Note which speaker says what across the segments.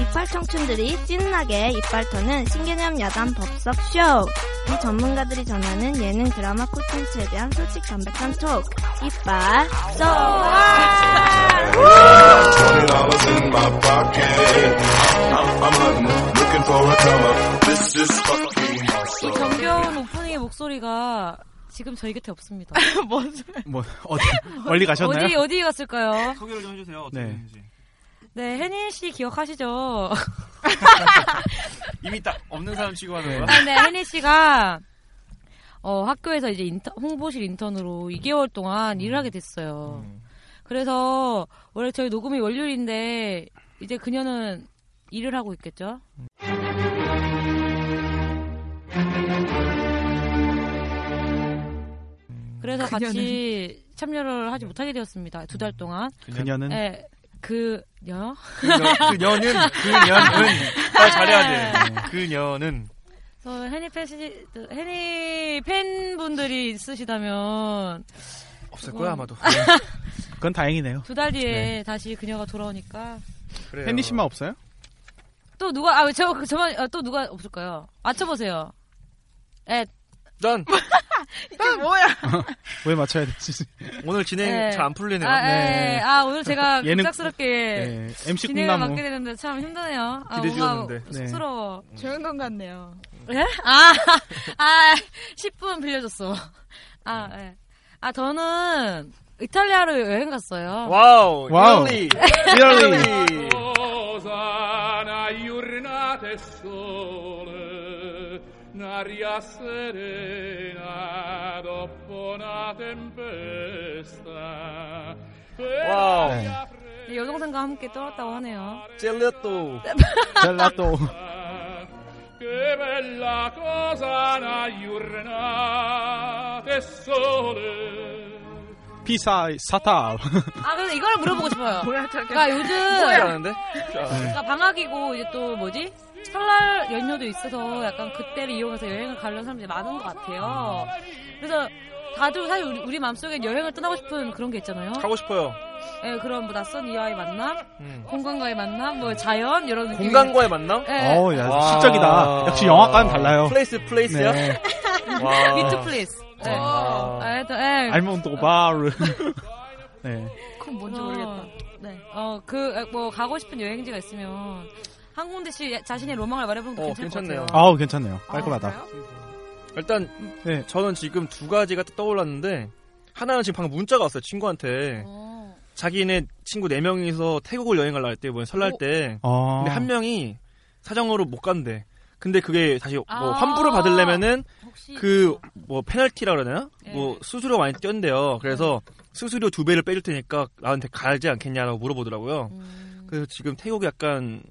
Speaker 1: 이빨 청춘들이 찐나게 이빨 터는 신개념 야단 법석 쇼. 이 전문가들이 전하는 예능 드라마 콘텐츠에 대한 솔직 담백한 톡. 이빨 쏘아!
Speaker 2: Twenty dollars in my pocket. I'm, I'm hunting, looking for a come up. This is fucking
Speaker 3: 이
Speaker 2: awesome.
Speaker 3: 그 정겨운 오프닝의 목소리가 지금 저희 곁에 없습니다.
Speaker 4: 뭐 어디 멀리 가셨나요?
Speaker 3: 어디 어디 갔을까요?
Speaker 5: 소개를 좀 해주세요. 어떻게
Speaker 4: 네.
Speaker 5: 되는지.
Speaker 3: 네, 혜니 씨 기억하시죠?
Speaker 5: 이미 딱 없는 사람 취급하는 거야.
Speaker 3: 아, 네, 혜니 씨가 어, 학교에서 이제 인터- 홍보실 인턴으로 2개월 동안 일을 하게 됐어요.
Speaker 4: 음.
Speaker 3: 그래서 원래 저희 녹음이 월요일인데 이제 그녀는 일을 하고 있겠죠? 그래서 같이 참여를 하지 못하게 되었습니다. 두 달 동안.
Speaker 4: 그녀는
Speaker 3: 네, 그녀?
Speaker 5: 그녀는 그녀는 빨리 잘해야 돼. 그녀는
Speaker 3: 저 혜니 팬, 시- 혜니 팬분들이 있으시다면
Speaker 5: 없을
Speaker 3: 그건-
Speaker 5: 거야 아마도.
Speaker 4: 그건 다행이네요.
Speaker 3: 두 달 뒤에 다시 그녀가 돌아오니까
Speaker 5: 그래요.
Speaker 4: 팬이 씨만 없어요?
Speaker 3: 또 누가 아 저 저만 아, 또 누가 없을까요? 맞춰보세요. 예, 에,
Speaker 5: 난
Speaker 4: 왜 맞춰야 되지?
Speaker 5: 오늘 진행
Speaker 3: 네.
Speaker 5: 잘 안 풀리네요.
Speaker 3: 아,
Speaker 4: 네.
Speaker 3: 에, 아 오늘 제가
Speaker 4: 예능-
Speaker 3: 갑작스럽게
Speaker 4: 네, MC
Speaker 3: 진행을
Speaker 4: 꿈나무.
Speaker 3: 맡게 되는데 참 힘드네요. 아,
Speaker 5: 기대해
Speaker 3: 뭔가
Speaker 5: 주셨는데.
Speaker 4: 네.
Speaker 3: 쑥스러워.
Speaker 1: 좋은 건 같네요.
Speaker 3: 예? 아, 아, 10분 빌려줬어. 아, 예. 아 저는 이탈리아로 여행 갔어요.
Speaker 5: 와우.
Speaker 4: 와우.
Speaker 5: 리얼리.
Speaker 4: 리얼리.
Speaker 6: Osana iurnate sole, un'aria serena dopo una tempesta.
Speaker 5: 와우.
Speaker 3: 네, 여동생과 함께 떠났다고 하네요.
Speaker 5: 젤레또.
Speaker 4: 젤라또.
Speaker 6: Che bella cosa una iurnate sole.
Speaker 4: 피사 사타.
Speaker 3: 아, 근데 이걸 물어보고 싶어요.
Speaker 1: 뭐야 저게?
Speaker 3: 그러니까 요즘
Speaker 5: 잘하는데.
Speaker 3: 그러니까 방학이고 이제 또 뭐지? 설날 연휴도 있어서 약간 그때를 이용해서 여행을 가려는 사람들이 많은 것 같아요. 그래서 다들 사실 우리, 우리 마음속에 여행을 떠나고 싶은 그런 게 있잖아요.
Speaker 5: 가고 싶어요.
Speaker 3: 예, 그런 뭐 낯선 이와의 만남,
Speaker 5: 음.
Speaker 3: 공간과의 만남, 뭐 자연 이런 느낌.
Speaker 5: 공간과의 만남?
Speaker 3: 예.
Speaker 4: 어, 야, 실적이다. 역시 영화과는 달라요.
Speaker 5: 플레이스 플레이스야?
Speaker 4: 네.
Speaker 5: 와.
Speaker 3: 비트 플레이스. 예.
Speaker 5: 와.
Speaker 3: 아, 일단, 예.
Speaker 4: 알몬도 바르. 네.
Speaker 1: 그건 뭔지
Speaker 3: 어,
Speaker 1: 모르겠다.
Speaker 3: 네. 어, 그, 뭐, 가고 싶은 여행지가 있으면, 한 군데씩 자신의 로망을 말해보는 거
Speaker 5: 어,
Speaker 3: 괜찮을
Speaker 5: 괜찮네요.
Speaker 3: 것 같아요.
Speaker 4: 아우 괜찮네요. 깔끔하다.
Speaker 1: 그래요?
Speaker 5: 일단
Speaker 4: 네.
Speaker 5: 저는 지금 두 가지가 떠올랐는데 하나는 지금 방금 문자가 왔어요. 친구한테.
Speaker 3: 어.
Speaker 5: 자기네 친구 네명이서 태국을 여행 갈라 했대요. 이번 뭐 설날 때.
Speaker 4: 어.
Speaker 5: 근데 한 명이 사정으로 못 간대. 근데 그게 다시 뭐
Speaker 3: 아.
Speaker 5: 환불을 받으려면은
Speaker 3: 혹시
Speaker 5: 그 뭐 페널티라 그러나요?
Speaker 3: 네.
Speaker 5: 뭐 수수료 많이 뗀대요. 그래서 수수료 두 배를 빼줄 테니까 나한테 가지 않겠냐라고 물어보더라고요.
Speaker 3: 음.
Speaker 5: 그래서 지금 태국 약간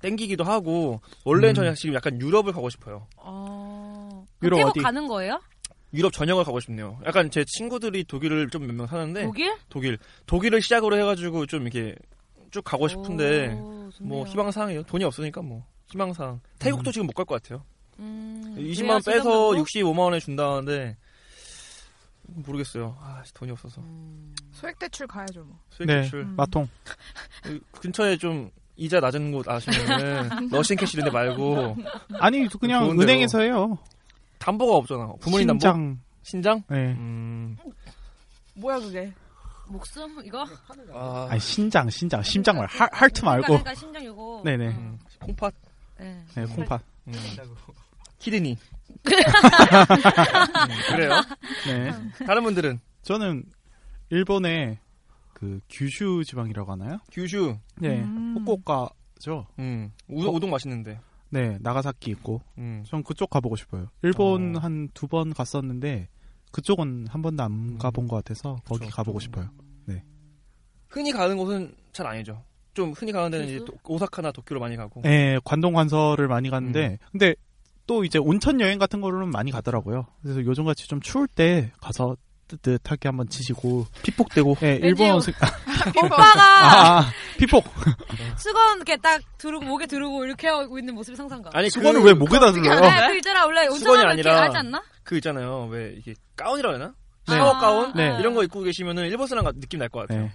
Speaker 5: 땡기기도 하고 원래는
Speaker 4: 음.
Speaker 5: 저는 지금 약간 유럽을 가고 싶어요.
Speaker 3: 어.
Speaker 4: 유럽
Speaker 3: 태국
Speaker 4: 어디?
Speaker 3: 가는 거예요?
Speaker 5: 유럽 전역을 가고 싶네요. 약간 제 친구들이 독일을 좀 몇 명 사는데
Speaker 3: 독일?
Speaker 5: 독일 독일을 시작으로 해가지고 좀 이렇게 쭉 가고 어, 싶은데
Speaker 3: 오, 좋네요.
Speaker 5: 뭐 희망사항이에요. 돈이 없으니까 뭐 희망사항. 태국도 지금 못 갈 것 같아요.
Speaker 3: 음,
Speaker 5: 20만 원
Speaker 3: 그래야
Speaker 5: 빼서
Speaker 3: 지금 가고?
Speaker 5: 65만 원에 준다는데 모르겠어요. 아, 씨, 돈이 없어서.
Speaker 3: 음.
Speaker 1: 소액 대출 가야죠 뭐.
Speaker 5: 수익
Speaker 4: 네.
Speaker 5: 대출.
Speaker 4: 마통.
Speaker 5: 근처에 좀 이자 낮은 곳 아시면은 러시안 캐시 이런 데 말고
Speaker 4: 아니 그냥
Speaker 5: 좋은데요.
Speaker 4: 은행에서 해요.
Speaker 5: 담보가 없잖아. 부모님 담보?
Speaker 4: 신장.
Speaker 5: 신장?
Speaker 4: 네.
Speaker 5: 음.
Speaker 1: 뭐야 그게?
Speaker 3: 목숨 이거?
Speaker 5: 아,
Speaker 4: 아니 신장 신장 심장 말 하, 하트 말고.
Speaker 3: 그러니까 심장 이거.
Speaker 4: 네네.
Speaker 3: 어,
Speaker 5: 음. 콩팥.
Speaker 3: 네.
Speaker 4: 네 콩팥.
Speaker 5: 음. 키드니. 음, 그래요.
Speaker 4: 네.
Speaker 5: 다른 분들은
Speaker 4: 저는 일본의 그 규슈 지방이라고 하나요?
Speaker 5: 규슈.
Speaker 4: 네. 후쿠오카
Speaker 2: 맛있죠.
Speaker 5: 음. 우,
Speaker 2: 어?
Speaker 5: 우동 맛있는데.
Speaker 2: 네, 나가사키 있고.
Speaker 5: 음.
Speaker 2: 전 그쪽 가보고 싶어요. 일본
Speaker 5: 어.
Speaker 2: 한 두 번 갔었는데 그쪽은 한 번도
Speaker 5: 음.
Speaker 2: 안 가본 것 같아서 거기
Speaker 5: 그쵸.
Speaker 2: 가보고 싶어요. 네.
Speaker 5: 흔히 가는 곳은 잘 아니죠. 좀 흔히 가는 데는 이제
Speaker 3: 도쿄?
Speaker 5: 도- 오사카나 도쿄로 많이 가고. 음.
Speaker 2: 예, 관동 관서를 많이 갔는데 근데 또 이제 온천 여행 같은 거로는 많이 가더라고요. 그래서 요즘같이 좀 추울 때 가서 뜨뜻하게 한번 지시고
Speaker 5: 피폭되고.
Speaker 2: 예, 일본
Speaker 3: 왠지
Speaker 2: 음식
Speaker 3: 오빠가
Speaker 2: 아, 아, 피폭.
Speaker 5: 네.
Speaker 3: 수건 이렇게 딱 두르고 목에 두르고 이렇게 하고 있는 모습이 상상가.
Speaker 5: 아니
Speaker 2: 수건을
Speaker 5: 그,
Speaker 2: 왜 목에다 둘러요?
Speaker 3: 아, 그 있잖아 원래
Speaker 5: 수건이
Speaker 3: 온천하면 이렇게
Speaker 5: 아니라
Speaker 3: 하지 않나?
Speaker 5: 그 있잖아요. 왜 이게 가운이라고 해나?
Speaker 2: 네.
Speaker 5: 샤워 가운
Speaker 2: 네.
Speaker 5: 이런 거 입고 계시면은 일본 사람 같- 느낌 날 것 같아요.
Speaker 2: 네.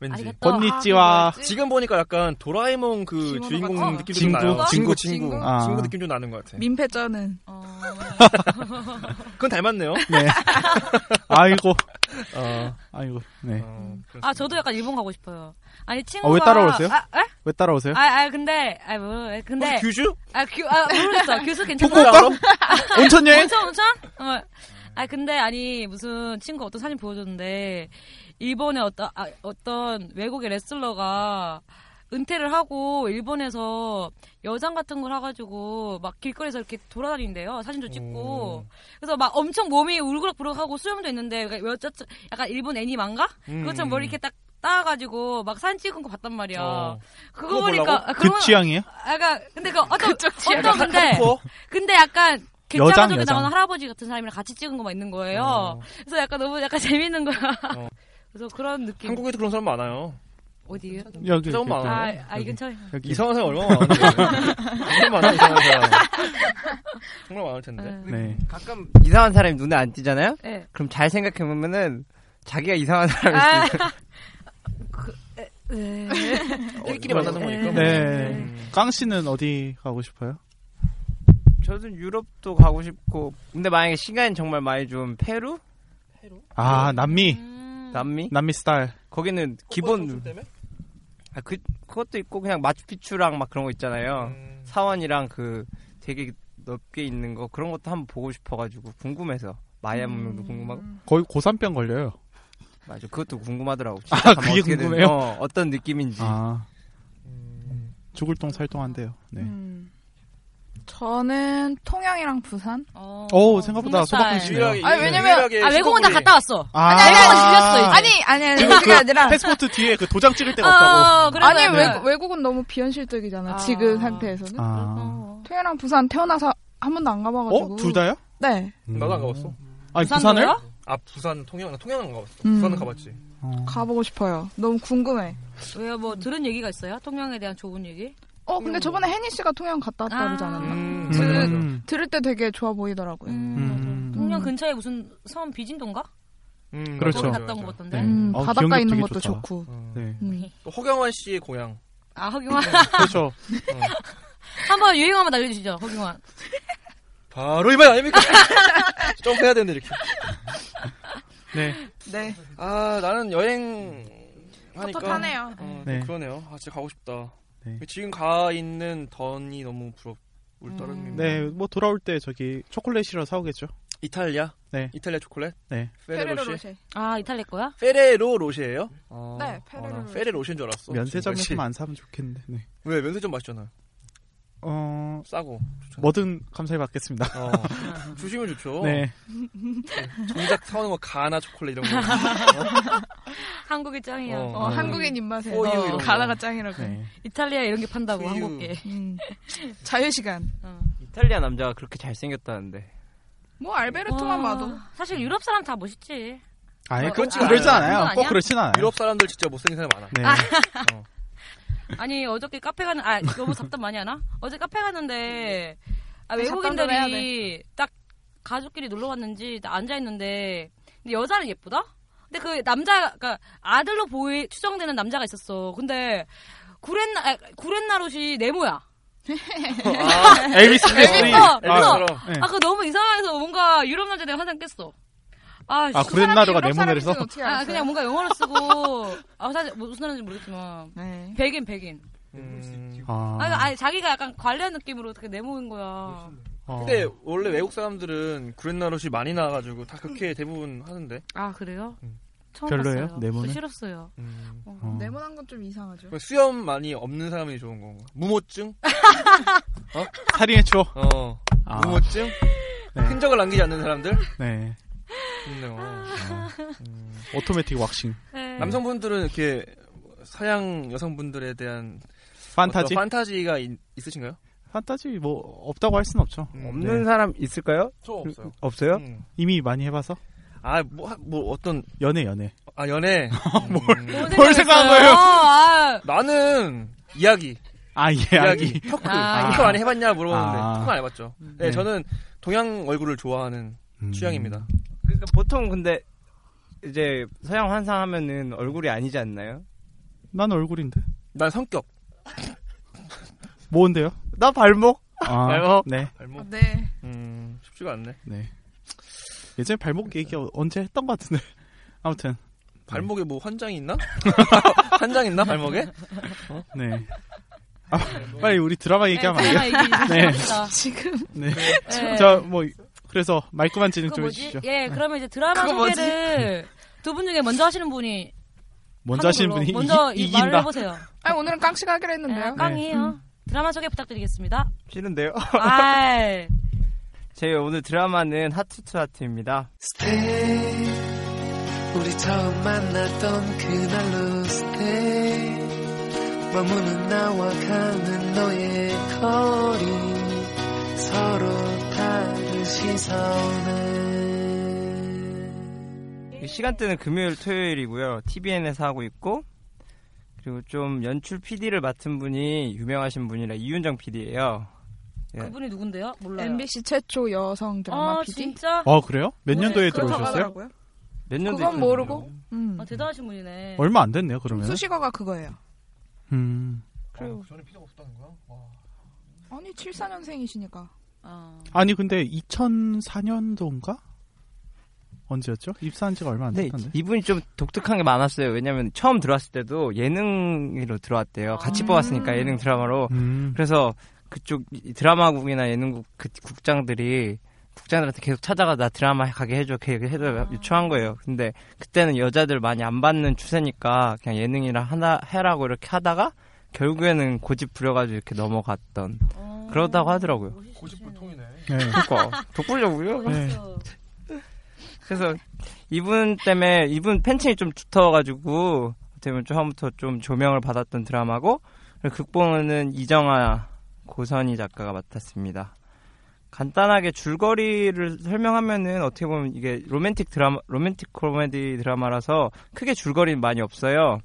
Speaker 5: 왠지.
Speaker 3: 아리가또.
Speaker 2: 건니찌와
Speaker 5: 지금 보니까 약간 도라에몽 그
Speaker 1: 기모노
Speaker 5: 주인공
Speaker 1: 같은 거?
Speaker 5: 느낌 좀
Speaker 2: 친구?
Speaker 5: 나요.
Speaker 2: 친구,
Speaker 5: 친구, 친구.
Speaker 2: 아.
Speaker 5: 친구 느낌 좀 나는 것 같아.
Speaker 1: 민폐 쩌는.
Speaker 3: 어.
Speaker 5: 그건 닮았네요.
Speaker 2: 네. 아이고.
Speaker 5: 어,
Speaker 2: 아이고. 네.
Speaker 5: 어, 그렇습니다.
Speaker 3: 아 저도 약간 일본 가고 싶어요. 아니 친구가
Speaker 2: 아, 왜 따라오세요?
Speaker 3: 아, 에?
Speaker 2: 왜 따라오세요?
Speaker 3: 아, 아 근데 아 뭐, 에, 근데
Speaker 5: 혹시 규슈?
Speaker 3: 아규아 모르겠어 교수 괜찮아?
Speaker 2: 후쿠오카? 온천 여행?
Speaker 3: 온천 온천? 어. 아 근데 아니 무슨 친구 어떤 사진 보여줬는데 일본의 어떤 아, 어떤 외국의 레슬러가 은퇴를 하고 일본에서 여장 같은 걸 해가지고 막 길거리에서 이렇게 돌아다닌대요 사진도 찍고
Speaker 5: 오.
Speaker 3: 그래서 막 엄청 몸이 울그락부락하고 수염도 있는데 그러니까 여자 약간 일본 애니만가
Speaker 5: 음.
Speaker 3: 그것처럼 머리 이렇게 딱 따가지고 막 사진 찍은 거 봤단 말이야
Speaker 5: 어.
Speaker 3: 그거,
Speaker 5: 그거
Speaker 3: 보니까
Speaker 5: 보려고?
Speaker 3: 아,
Speaker 2: 그
Speaker 3: 그러면
Speaker 2: 취향이에요?
Speaker 3: 아까 근데 그 어떤
Speaker 5: 약간
Speaker 3: 어떤 근데
Speaker 5: 하드코어?
Speaker 3: 근데 약간
Speaker 2: 여장,
Speaker 3: 객장가족에
Speaker 2: 여장.
Speaker 3: 나오는 할아버지 같은 사람이랑 같이 찍은 거 막 있는 거예요.
Speaker 5: 어.
Speaker 3: 그래서 약간 너무 약간 재밌는 거야.
Speaker 5: 어.
Speaker 3: 그래서 그런 느낌.
Speaker 5: 한국에도 그런 사람 많아요.
Speaker 3: 어디요?
Speaker 2: 여기.
Speaker 5: 조금
Speaker 2: 여기,
Speaker 5: 많아요.
Speaker 3: 아, 아, 이 근처에.
Speaker 2: 여기.
Speaker 5: 이상한 사람 얼마나 많은데. 정말 많아, 이상한 사람. 정말 많을 텐데.
Speaker 2: 네.
Speaker 1: 가끔
Speaker 7: 이상한 사람이 눈에 안 띄잖아요?
Speaker 3: 네.
Speaker 7: 그럼 잘 생각해보면은 자기가 이상한 사람일
Speaker 3: 아.
Speaker 7: 수도 있어요.
Speaker 5: 우리끼리 만나는 거니까.
Speaker 2: 네. 깡 씨는 어디 가고 싶어요?
Speaker 7: 저도 유럽도 가고 싶고 근데 만약에 시간이 정말 많이 좀 페루?
Speaker 2: 아, 남미.
Speaker 3: 음.
Speaker 7: 남미?
Speaker 2: 남미 스타일.
Speaker 7: 거기는 기본 아, 그, 그것도 있고 그냥 마추픽추랑 막 그런 거
Speaker 5: 음.
Speaker 7: 있잖아요 사원이랑 그 되게 넓게 있는 거 그런 것도 한번 보고 싶어가지고 궁금해서 마야 문명도 궁금하고
Speaker 2: 거의 고산병 걸려요.
Speaker 7: 맞아 그것도 궁금하더라고
Speaker 2: 아,
Speaker 7: 가면
Speaker 2: 그게
Speaker 7: 어떻게 된-
Speaker 2: 궁금해요?
Speaker 7: 어, 어떤 느낌인지
Speaker 2: 아. 죽을 똥 살똥 한대요. 네.
Speaker 1: 음. 저는 통영이랑 부산?
Speaker 3: 어.
Speaker 2: 오, 생각보다
Speaker 3: 중국살.
Speaker 2: 소박하시네요.
Speaker 1: 아니, 왜냐면-
Speaker 3: 아, 외국은 다 갔다 왔어.
Speaker 2: 아.
Speaker 1: 아니, 아니,
Speaker 3: 아니, 질렸어, 이제.
Speaker 1: 아니, 아니, 아니,
Speaker 2: 지금
Speaker 1: 그게 아니라.
Speaker 2: 패스포트 뒤에 그 도장 찍을 데가 없다고.
Speaker 3: 어, 그래서
Speaker 1: 아니,
Speaker 3: 약간-
Speaker 1: 외국, 외국은 너무 비현실적이잖아,
Speaker 3: 아.
Speaker 1: 지금 상태에서는.
Speaker 2: 아.
Speaker 3: 어.
Speaker 1: 통영이랑 부산 태어나서 한 번도 안 가봐가지고.
Speaker 2: 어? 둘 다요?
Speaker 1: 네.
Speaker 5: 나도 안 가봤어.
Speaker 2: 아니, 부산을?
Speaker 3: 부산도요?
Speaker 5: 아, 부산, 통영, 나 통영은 안 가봤어.
Speaker 1: 음.
Speaker 5: 부산은 가봤지.
Speaker 2: 어.
Speaker 1: 가보고 싶어요. 너무 궁금해.
Speaker 3: 왜요? 뭐 들은 얘기가 있어요? 통영에 대한 좋은 얘기?
Speaker 1: 어, 근데 저번에 혜니 씨가 통영 갔다 왔다
Speaker 3: 아.
Speaker 1: 그러지 않았나?
Speaker 5: 음.
Speaker 2: 음.
Speaker 1: 들을 때 되게 좋아 보이더라고요.
Speaker 3: 음,
Speaker 2: 음.
Speaker 3: 맞아. 통영 근처에 무슨 섬 비진도인가?
Speaker 5: 음,
Speaker 2: 그렇죠.
Speaker 3: 거기
Speaker 5: 맞아,
Speaker 3: 갔다 온
Speaker 5: 맞아.
Speaker 3: 것 같던데.
Speaker 2: 네.
Speaker 1: 음,
Speaker 2: 어,
Speaker 1: 바닷가
Speaker 2: 기억력
Speaker 1: 있는
Speaker 2: 되게
Speaker 1: 것도
Speaker 2: 좋다.
Speaker 1: 좋고.
Speaker 5: 어.
Speaker 2: 네.
Speaker 1: 음.
Speaker 5: 또 허경환 씨의 고향.
Speaker 3: 아, 허경환.
Speaker 2: 그렇죠.
Speaker 3: 한번 유행 한번 알려주시죠, 허경환.
Speaker 5: 바로 이만 아닙니까? 점프해야 되는데, 이렇게.
Speaker 2: 네.
Speaker 1: 네.
Speaker 5: 아, 나는 여행. 하니까.
Speaker 1: 텁텁하네요.
Speaker 5: 어,
Speaker 2: 네.
Speaker 5: 그러네요. 아, 진짜 가고 싶다.
Speaker 2: 네.
Speaker 5: 지금 가 있는 던이 너무 부럽울 따름입니다.
Speaker 2: 네, 뭐 돌아올 때 저기 초콜릿이라 사오겠죠.
Speaker 5: 이탈리아?
Speaker 2: 네.
Speaker 5: 이탈리아 초콜릿?
Speaker 2: 네.
Speaker 5: 페레로 로쉐?
Speaker 3: 아, 이탈리 거야?
Speaker 5: 페레로 로쉐예요?
Speaker 1: 네, 페레로
Speaker 5: 아,
Speaker 1: 로쉐.
Speaker 5: 페레 로쉐인 줄 알았어.
Speaker 2: 면세점에서만 안 사면 좋겠는데. 네.
Speaker 5: 왜 면세점 맛있잖아요.
Speaker 2: 어,
Speaker 5: 싸고.
Speaker 2: 뭐든 감사히 받겠습니다.
Speaker 5: 어. 주시면 좋죠.
Speaker 2: 네.
Speaker 5: 정작 사오는 거 가나 초콜릿 이런 거.
Speaker 3: 한국이 짱이야.
Speaker 5: 어.
Speaker 1: 어, 한국인 입맛에.
Speaker 5: 포유 이런 거.
Speaker 1: 가나가 짱이라고.
Speaker 2: 네.
Speaker 3: 이탈리아 이런 게 판다고
Speaker 5: 후유.
Speaker 3: 한국계.
Speaker 1: 음. 자유시간.
Speaker 3: 어.
Speaker 7: 이탈리아 남자가 그렇게 잘생겼다는데
Speaker 1: 뭐, 알베르토만
Speaker 3: 와,
Speaker 1: 봐도.
Speaker 3: 아, 사실 유럽 사람 다 멋있지.
Speaker 2: 아니,
Speaker 5: 어,
Speaker 2: 그,
Speaker 5: 그렇지가
Speaker 2: 그렇지
Speaker 5: 않아요.
Speaker 2: 않아요.
Speaker 3: 그건
Speaker 2: 꼭
Speaker 3: 아니야?
Speaker 2: 그렇진 않아요.
Speaker 5: 유럽 사람들 진짜 못생긴 사람 많아.
Speaker 2: 네.
Speaker 3: 아니 어저께 카페 가는 아 너무 잡담 많이 하나? 어제 카페 갔는데 아,
Speaker 1: 아니, 네, 잡담도 해야
Speaker 3: 외국인들이 딱 가족끼리 놀러 갔는지 앉아 있는데 근데 여자는 예쁘다. 근데 그 남자 그러니까 아들로 보이 추정되는 남자가 있었어. 근데 구렛나 아, 구렛나룻이 네모야.
Speaker 2: 엘비스 프레슬리.
Speaker 3: 예뻐.
Speaker 2: 아,
Speaker 3: 예뻐.
Speaker 2: 네.
Speaker 3: 아, 그거 너무 이상해서 뭔가 유럽 남자 내가 화장 깼어. 아,
Speaker 2: 아,
Speaker 3: 씨.
Speaker 2: 구렛나루가
Speaker 1: 사람이 유럽
Speaker 2: 네모네에서
Speaker 1: 사람인지는 어떻게
Speaker 3: 아,
Speaker 1: 알았어요?
Speaker 3: 그냥 뭔가 영어를 쓰고, 아, 사실 뭐 무슨 말인지 모르겠지만.
Speaker 1: 네.
Speaker 3: 백인, 백인.
Speaker 5: 음.
Speaker 2: 아,
Speaker 3: 아, 니 아니, 자기가 약간 관련 느낌으로 어떻게 네모인 거야.
Speaker 2: 어.
Speaker 5: 근데 원래 외국 사람들은 구렛나룻이 많이 나와가지고 다 그렇게 대부분 하는데.
Speaker 3: 아, 그래요? 처음
Speaker 2: 별로예요?
Speaker 3: 봤어요.
Speaker 2: 네모는?
Speaker 3: 싫었어요.
Speaker 1: 어,
Speaker 2: 어.
Speaker 1: 네모난 건 좀 이상하죠.
Speaker 5: 그럼 뭐 수염 많이 없는 사람이 좋은 건가? 무모증? 어?
Speaker 2: 살인의 추억?
Speaker 5: 어.
Speaker 2: 아.
Speaker 5: 무모증?
Speaker 2: 네.
Speaker 5: 흔적을 남기지 않는 사람들?
Speaker 2: 네.
Speaker 5: 좋네요.
Speaker 2: 오토매틱 왁싱.
Speaker 3: 네.
Speaker 5: 남성분들은 이렇게 서양 여성분들에 대한
Speaker 2: 판타지?
Speaker 5: 어떤 판타지가 있, 으신가요
Speaker 2: 판타지 뭐 없다고 할 순 없죠. 네. 음.
Speaker 8: 없는 사람 있을까요?
Speaker 5: 저 음,
Speaker 2: 그,
Speaker 5: 없어요. 음.
Speaker 8: 없어요?
Speaker 2: 이미 많이 해봐서?
Speaker 5: 아, 뭐, 하- 뭐 어떤
Speaker 2: 연애 연애.
Speaker 5: 아 연애 뭘,
Speaker 3: 뭘 생각한 거예요? 거예요? 네, 아.
Speaker 5: 나는 이야기
Speaker 2: 아
Speaker 5: 이야기
Speaker 2: 이야기.
Speaker 5: 토크
Speaker 2: 아.
Speaker 5: 토크 안 해봤냐 물어봤는데
Speaker 2: 아.
Speaker 5: 토크 안 해봤죠 네,
Speaker 2: 네.
Speaker 5: 저는 동양 얼굴을 좋아하는 취향입니다
Speaker 8: 그러니까 보통 근데 이제 서양 환상하면은 얼굴이 아니지 않나요?
Speaker 2: 음. 난 얼굴인데.
Speaker 5: 난 성격
Speaker 2: 뭔데요?
Speaker 8: 나 발목.
Speaker 2: 아,
Speaker 5: 발목
Speaker 2: 네.
Speaker 5: 발목
Speaker 1: 네.
Speaker 5: 음 쉽지가 않네
Speaker 2: 네. 예전에 발목 얘기 언제 했던 것 같은데. 아무튼.
Speaker 5: 발목에 뭐 환장이 있나 환장 있나 발목에 어?
Speaker 2: 네. 아,
Speaker 3: 네, 뭐.
Speaker 2: 빨리 우리 드라마 얘기하면
Speaker 3: 드라마
Speaker 2: 안
Speaker 3: 네, 얘기
Speaker 2: 돼요?
Speaker 3: 좀 합시다.
Speaker 1: 지금.
Speaker 2: 네.
Speaker 3: 네.
Speaker 2: 자, 뭐 그래서 말끔한 진행
Speaker 3: 그거
Speaker 2: 좀
Speaker 3: 뭐지?
Speaker 2: 해주시죠.
Speaker 3: 예, 그러면 이제 드라마
Speaker 1: 그거 뭐지?
Speaker 3: 소개를 두 분 중에 먼저 하시는 분이
Speaker 2: 먼저
Speaker 3: 하는
Speaker 2: 하시는
Speaker 3: 걸로.
Speaker 2: 분이
Speaker 3: 먼저
Speaker 2: 이,
Speaker 3: 이,
Speaker 2: 긴다
Speaker 3: 말을 해보세요.
Speaker 1: 아 오늘은 깡씨가 하기로 했는데요.
Speaker 3: 네, 깡이에요. 드라마 소개 부탁드리겠습니다.
Speaker 8: 싫은데요?
Speaker 3: 아,
Speaker 8: 제 오늘 드라마는 하트투 하트입니다.
Speaker 4: Stay. 우리 처음 만났던 그날로 stay. 머무는 나와 가는 너의 거리. 서로 다른 시선에.
Speaker 8: 이 시간대는 금요일, 토요일이고요. TVN에서 하고 있고 그리고 좀 연출 PD를 맡은 분이 유명하신 분이라 이윤정 PD예요.
Speaker 3: 그분이 누군데요? 몰라요.
Speaker 1: MBC 최초 여성 드라마
Speaker 3: 아,
Speaker 1: PD.
Speaker 3: 진짜?
Speaker 2: 어, 그래요? 몇
Speaker 3: 네,
Speaker 2: 년도에
Speaker 1: 그렇다고
Speaker 2: 들어오셨어요?
Speaker 1: 하더라고요.
Speaker 8: 몇 년도
Speaker 1: 그건 모르고. 음.
Speaker 3: 아, 대단하신 분이네.
Speaker 2: 얼마 안 됐네요, 그러면.
Speaker 1: 수식어가 그거예요.
Speaker 2: 음.
Speaker 8: 그리고
Speaker 5: 전에 필요가 없다는 거야
Speaker 1: 아니 74년생이시니까.
Speaker 3: 아.
Speaker 2: 아니 근데 2004년도인가? 언제였죠? 입사한 지가 얼마 안
Speaker 8: 근데
Speaker 2: 됐던데.
Speaker 8: 네, 이분이 좀 독특한 게 많았어요. 왜냐면 처음 들어왔을 때도 예능으로 들어왔대요.
Speaker 1: 아.
Speaker 8: 같이 뽑았으니까 예능 드라마로.
Speaker 2: 음.
Speaker 8: 그래서 그쪽 이 드라마국이나 예능국 그 국장들이 국장들한테 계속 찾아가 나 드라마 가게 해줘 이렇게 해줘
Speaker 1: 아.
Speaker 8: 요청한 거예요. 근데 그때는 여자들 많이 안 받는 추세니까 그냥 예능이라 하나 해라고 이렇게 하다가 결국에는 고집 부려가지고 이렇게 넘어갔던 그러다고 하더라고요.
Speaker 5: 고집 보통이네
Speaker 2: 네.
Speaker 8: 그러니까 독불려고요.
Speaker 2: 네.
Speaker 8: 그래서 이분 때문에 이분 팬층이 좀 두터워가지고 어떻게 보면 처음부터 좀 조명을 받았던 드라마고 그리고 극본은 이정아 고선희 작가가 맡았습니다. 간단하게 줄거리를 설명하면은 어떻게 보면 이게 로맨틱 드라마, 로맨틱 코미디 드라마라서 크게 줄거리는 많이 없어요.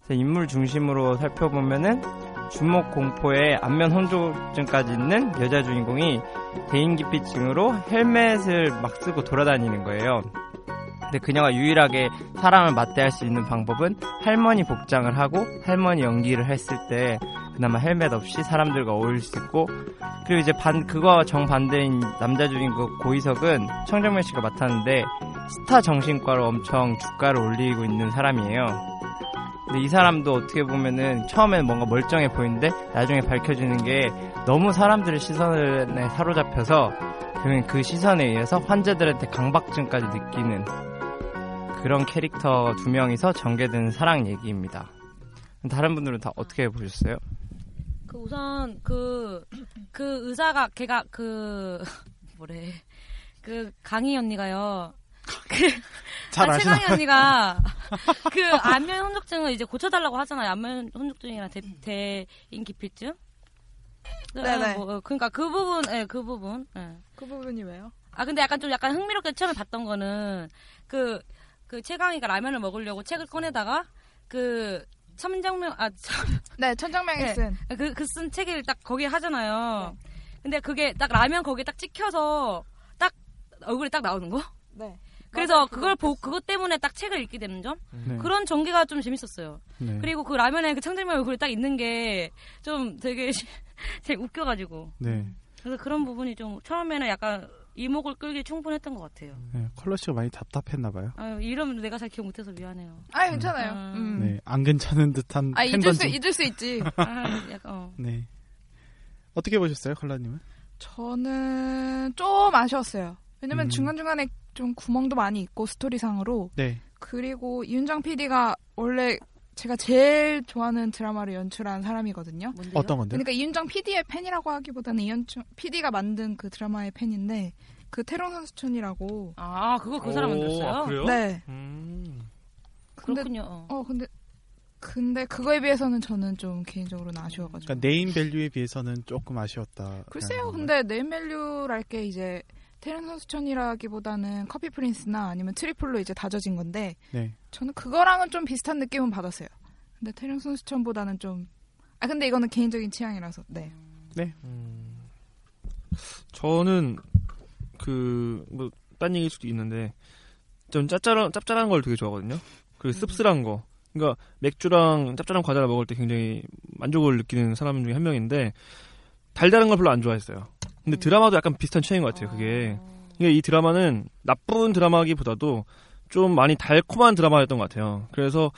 Speaker 8: 그래서 인물 중심으로 살펴보면은 주목 공포에 안면 혼조증까지 있는 여자 주인공이 대인기피증으로 헬멧을 막 쓰고 돌아다니는 거예요. 근데 그녀가 유일하게 사람을 맞대할 수 있는 방법은 할머니 복장을 하고 할머니 연기를 했을 때 그나마 헬멧 없이 사람들과 어울릴 수 있고 그리고 이제 반 그거와 정반대인 남자 주인공 그 고희석은 청정민 씨가 맡았는데 스타 정신과로 엄청 주가를 올리고 있는 사람이에요. 근데 이 사람도 어떻게 보면은 처음엔 뭔가 멀쩡해 보이는데 나중에 밝혀지는 게 너무 사람들의 시선에 사로잡혀서 결국엔 그 시선에 의해서 환자들한테 강박증까지 느끼는 그런 캐릭터 두 명이서 전개되는 사랑 얘기입니다. 다른 분들은 다 어떻게 보셨어요?
Speaker 3: 그 우선 그 그 의사가 걔가 그 뭐래 그 강희 언니가요.
Speaker 2: 잘
Speaker 3: 아,
Speaker 2: 아시나
Speaker 3: 최강희 언니가 그 안면 혼족증을 이제 고쳐달라고 하잖아요. 안면 혼족증이랑 대, 대인기피증.
Speaker 1: 네네.
Speaker 3: 뭐, 어, 그러니까 그 부분, 예, 그 부분. 예.
Speaker 1: 그 부분이 왜요?
Speaker 3: 아 근데 약간 좀 약간 흥미롭게 처음에 봤던 거는 그, 그 최강희가 라면을 먹으려고 책을 꺼내다가 그 참장면 아 참,
Speaker 1: 네 천장명이
Speaker 3: 네.
Speaker 1: 쓴.
Speaker 3: 그, 그 쓴 책을 딱 거기에 하잖아요. 근데 그게 딱 라면 거기에 딱 찍혀서 딱 얼굴이 딱 나오는 거?
Speaker 1: 네.
Speaker 3: 그래서 그걸 보, 그것 때문에 딱 책을 읽게 되는 점?
Speaker 2: 네.
Speaker 3: 그런 전개가 좀 재밌었어요.
Speaker 2: 네.
Speaker 3: 그리고 그 라면에 그 창작면 얼굴이 딱 있는 게 좀 되게, 되게 웃겨가지고.
Speaker 2: 네.
Speaker 3: 그래서 그런 부분이 좀 처음에는 약간 이목을 끌기 충분했던 것 같아요.
Speaker 2: 네. 컬러 씨가 많이 답답했나 봐요.
Speaker 3: 아유, 이름 내가 잘 기억 못해서 미안해요.
Speaker 1: 아 괜찮아요.
Speaker 3: 음.
Speaker 1: 음.
Speaker 2: 네. 안 괜찮은 듯한
Speaker 1: 아 잊을 수
Speaker 2: 팬던지.
Speaker 1: 잊을 수 있지.
Speaker 3: 아, 약간 어.
Speaker 2: 네. 어떻게 보셨어요, 컬러 님은?
Speaker 1: 저는 좀 아쉬웠어요. 왜냐면
Speaker 2: 음.
Speaker 1: 중간 중간에 좀 구멍도 많이 있고 스토리상으로
Speaker 2: 네.
Speaker 1: 그리고 윤정 PD가 원래 제가 제일 좋아하는 드라마를 연출한 사람이거든요.
Speaker 3: 네.
Speaker 2: 어떤 건데요?
Speaker 1: 그러니까 이윤정 PD의 팬이라고 하기보다는 이윤정 PD가 만든 그 드라마의 팬인데 그 테론 선수촌이라고.
Speaker 3: 아 그거 그 사람
Speaker 1: 오,
Speaker 3: 만들었어요?
Speaker 1: 아, 그래요? 네. 근데,
Speaker 3: 그렇군요.
Speaker 1: 어 근데 근데 그거에 비해서는 저는 좀 개인적으로는 아쉬워가지고.
Speaker 2: 그러니까 네임 밸류에 비해서는 조금 아쉬웠다.
Speaker 1: 글쎄요, 근데 네임밸류랄 게 이제 테런 선수촌이라기보다는 커피 프린스나 아니면 트리플로 이제 다져진 건데
Speaker 2: 네.
Speaker 1: 저는 그거랑은 좀 비슷한 느낌은 받았어요. 근데 테런 선수촌보다는 좀. 아 근데 이거는 개인적인 취향이라서 네.
Speaker 2: 네.
Speaker 5: 음. 저는 그, 그뭐딴 얘기일 수도 있는데 좀 짭짤한 짭짤한 걸 되게 좋아하거든요. 그리고 씁쓸한 거. 그러니까 맥주랑 짭짤한 과자를 먹을 때 굉장히 만족을 느끼는 사람 중에 한 명인데 달달한 걸 별로 안 좋아했어요. 근데 드라마도 약간 비슷한 취향인 것 같아요. 그게 이게 이 드라마는 나쁜 드라마기보다도 좀 많이 달콤한 드라마였던 것 같아요. 그래서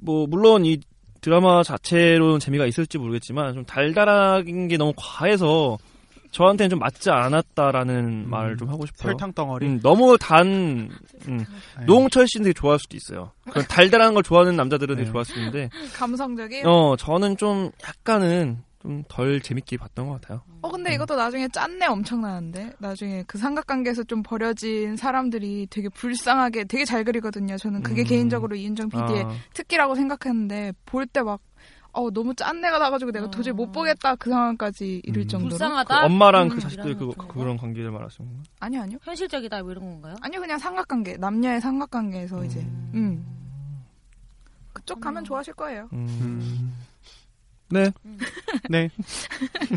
Speaker 5: 뭐 물론 이 드라마 자체로는 재미가 있을지 모르겠지만 좀 달달한 게 너무 과해서 저한테는 좀 맞지 않았다라는 말을 좀 하고
Speaker 2: 음,
Speaker 5: 싶어요.
Speaker 2: 설탕 덩어리? 네.
Speaker 5: 음, 너무 단 음, 노홍철 씨는 되게 좋아할 수도 있어요. 그런 달달한 걸 좋아하는 남자들은
Speaker 2: 네.
Speaker 5: 되게 좋아할 수 있는데
Speaker 1: 감성적인.
Speaker 5: 어 저는 좀 약간은 좀 덜 재밌게 봤던 것 같아요.
Speaker 1: 어 근데 이것도 나중에 짠내 엄청 나는데 나중에 그 삼각관계에서 좀 버려진 사람들이 되게 불쌍하게 되게 잘 그리거든요. 저는 그게
Speaker 5: 음.
Speaker 1: 개인적으로 이윤정 PD의
Speaker 5: 아.
Speaker 1: 특기라고 생각했는데 볼 때 막 어, 너무 짠내가 나가지고 내가 도저히 못 보겠다 그 상황까지 이를 정도로
Speaker 5: 그 엄마랑
Speaker 1: 음,
Speaker 5: 그 자식들 그, 그, 런 관계를 말하시는 건가?
Speaker 1: 아니요 아니요
Speaker 3: 음, 현실적이다 뭐 이런 건가요?
Speaker 1: 아니요 그냥 삼각관계 남녀의 삼각관계에서 어, 이제 음 그쪽
Speaker 3: 음.
Speaker 1: 가면 좋아하실 거예요.
Speaker 5: 음.
Speaker 2: 네.
Speaker 1: 음.
Speaker 2: 네.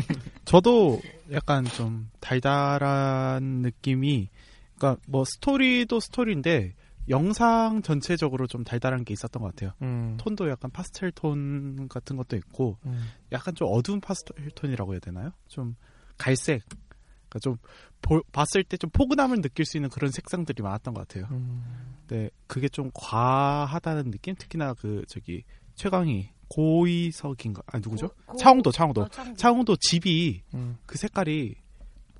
Speaker 2: 저도 약간 좀 달달한 느낌이, 그러니까 뭐 스토리도 스토리인데 영상 전체적으로 좀 달달한 게 있었던 것 같아요.
Speaker 8: 음.
Speaker 2: 톤도 약간 파스텔 톤 같은 것도 있고,
Speaker 5: 음.
Speaker 2: 약간 좀 어두운 파스텔 톤이라고 해야 되나요? 좀 갈색. 그러니까 좀 보- 봤을 때 좀 포근함을 느낄 수 있는 그런 색상들이 많았던 것 같아요.
Speaker 8: 음.
Speaker 2: 근데 그게 좀 과하다는 느낌? 특히나 그 저기 최강희 고이석인가? 아 누구죠? 차홍도
Speaker 3: 어,
Speaker 2: 차홍도 차홍도 집이 그 색깔이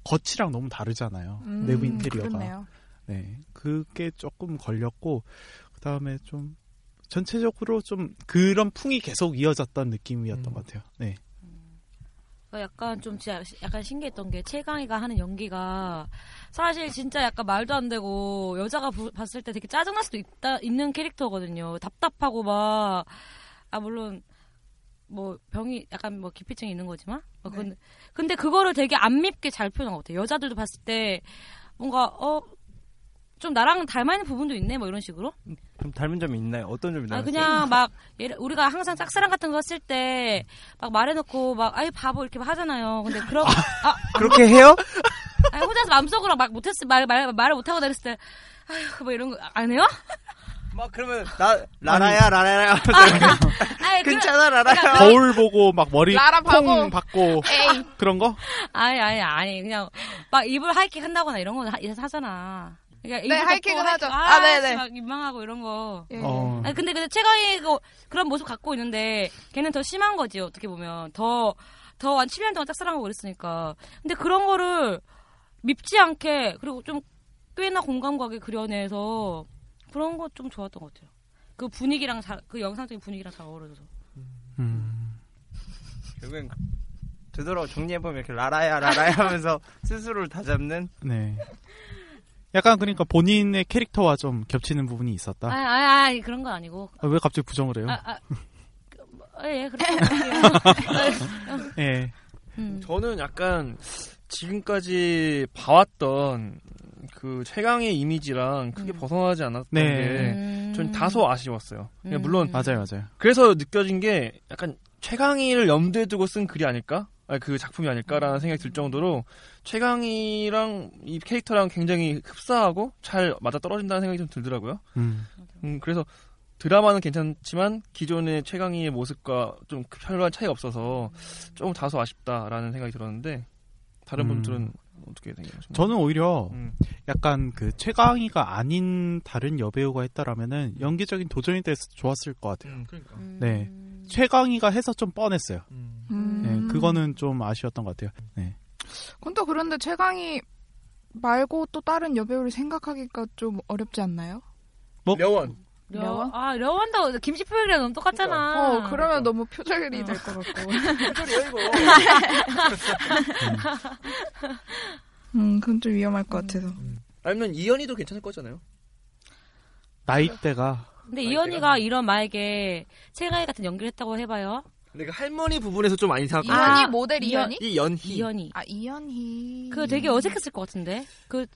Speaker 2: 겉이랑 너무 다르잖아요.
Speaker 1: 음,
Speaker 2: 내부 인테리어가.
Speaker 1: 그렇네요.
Speaker 2: 네, 그게 조금 걸렸고 그 다음에 좀 전체적으로 좀 그런 풍이 계속 이어졌던 느낌이었던 것 같아요. 네.
Speaker 3: 그러니까 약간 좀 진짜 약간 신기했던 게 최강희가 하는 연기가 사실 진짜 약간 말도 안 되고 여자가 부- 봤을 때 되게 짜증날 수도 있다 있는 캐릭터거든요. 답답하고 막 아 물론 뭐 병이 약간 뭐 기피증이 있는 거지만 뭐 그건- 근데, 그거를 되게 안 밉게 잘 표현한 것 같아요. 여자들도 봤을 때 뭔가 어 좀 나랑 닮아 있는 부분도 있네 뭐 이런 식으로
Speaker 8: 좀 닮은 점이 있나요? 어떤 점이
Speaker 3: 아
Speaker 8: 나요?
Speaker 3: 그냥 막 예를- 우리가 항상 짝사랑 같은 거 했을 때 막 말해놓고 막 아이 바보 이렇게 막 하잖아요. 근데 그런 아,
Speaker 8: 그렇게 해요?
Speaker 3: 아니, 혼자서 마음속으로 막 못했을 말말 말을 못하고 다녔을 때 아휴 뭐 이런 거 안 해요?
Speaker 8: 막 그러면 나 라라야 라라야.
Speaker 3: 아니, 그런-
Speaker 8: 괜찮아 라라야.
Speaker 2: 거울 보고 막 머리
Speaker 3: 라라 바보.
Speaker 2: 콩 받고
Speaker 3: 에이.
Speaker 2: 그런 거?
Speaker 3: 아니 아니 아니 그냥 막 입을 하이킥 한다거나 이런 건 하- 하잖아. 그러니까
Speaker 1: 네,
Speaker 3: 입을
Speaker 1: 하이킥을
Speaker 3: 덮고
Speaker 1: 하죠.
Speaker 3: 하이킥-
Speaker 1: 아,
Speaker 3: 아,
Speaker 1: 네네.
Speaker 3: 씨, 막 민망하고 이런 거.
Speaker 1: 예.
Speaker 2: 어.
Speaker 3: 아니, 근데 근데 최강희가 그런 모습 갖고 있는데 걔는 더 심한 거지 어떻게 보면 더더한 7년 동안 짝사랑하고 그랬으니까. 근데 그런 거를 밉지 않게 그리고 좀 꽤나 공감 가게 그려내서 그런 거 좀 좋았던 것 같아요. 그 분위기랑 잘, 그 영상적인 분위기랑 잘 어우러져서. 음.
Speaker 2: 음.
Speaker 8: 결국엔 되돌아 정리해 보면 이렇게 라라야 라라야 하면서 스스로를 다 잡는.
Speaker 2: 네. 약간 그러니까 본인의 캐릭터와 좀 겹치는 부분이 있었다.
Speaker 3: 아니 아니 아니, 그런 건 아니고.
Speaker 2: 아, 왜 갑자기 부정을 해요?
Speaker 3: 아, 아, 그, 뭐, 예, 그렇게.
Speaker 2: 예.
Speaker 3: 음.
Speaker 5: 저는 약간 지금까지 봐왔던 그 최강의 이미지랑
Speaker 3: 음.
Speaker 5: 크게 벗어나지 않았던
Speaker 2: 네.
Speaker 5: 게 전 다소 아쉬웠어요. 그러니까
Speaker 3: 음.
Speaker 5: 물론
Speaker 2: 맞아요, 맞아요.
Speaker 5: 그래서 느껴진 게 약간 최강희를 염두에 두고 쓴 글이 아닐까? 아니, 그 작품이 아닐까라는 생각이 들 정도로 최강희랑 이 캐릭터랑 굉장히 흡사하고 잘 맞아 떨어진다는 생각이 좀 들더라고요.
Speaker 2: 음.
Speaker 5: 음, 그래서 드라마는 괜찮지만 기존의 최강희의 모습과 좀 별반 차이가 없어서 조금 다소 아쉽다라는 생각이 들었는데 다른
Speaker 2: 음.
Speaker 5: 분들은 어떻게 생각하십니까?
Speaker 2: 저는 오히려 약간 그 최강희가 아닌 다른 여배우가 했다라면은 연기적인 도전이 돼서 좋았을 것 같아요.
Speaker 9: 음,
Speaker 5: 그러니까.
Speaker 2: 네.
Speaker 3: 음.
Speaker 2: 최강희가 해서 좀 뻔했어요.
Speaker 9: 음.
Speaker 1: 예.
Speaker 2: 네, 그거는 좀 아쉬웠던 것 같아요. 네.
Speaker 1: 음. 그건 또 그런데 최강희 말고 또 다른 여배우를 생각하기가 좀 어렵지 않나요?
Speaker 2: 뭐?
Speaker 9: 려원.
Speaker 3: 려, 아, 려원도 김치표현이랑 너무 똑같잖아. 어.
Speaker 1: 어, 그러면 너무 표절이 될 것 같고.
Speaker 3: 표절이야, 이거.
Speaker 1: 음, 그건 좀 위험할 것 같아서.
Speaker 2: 음.
Speaker 9: 아니면 이연이도 괜찮을 거잖아요.
Speaker 2: 나이대가
Speaker 3: 근데 이현이가 이런 만약에 채가이 같은 연기를 했다고 해봐요.
Speaker 9: 근데 그 할머니 부분에서 좀 많이
Speaker 2: 아,
Speaker 9: 생각.
Speaker 3: 아, 이현이 모델 이현이?
Speaker 9: 이연희.
Speaker 3: 이현이.
Speaker 1: 아, 이현희.
Speaker 3: 그거 되게 어색했을 것 같은데. 그,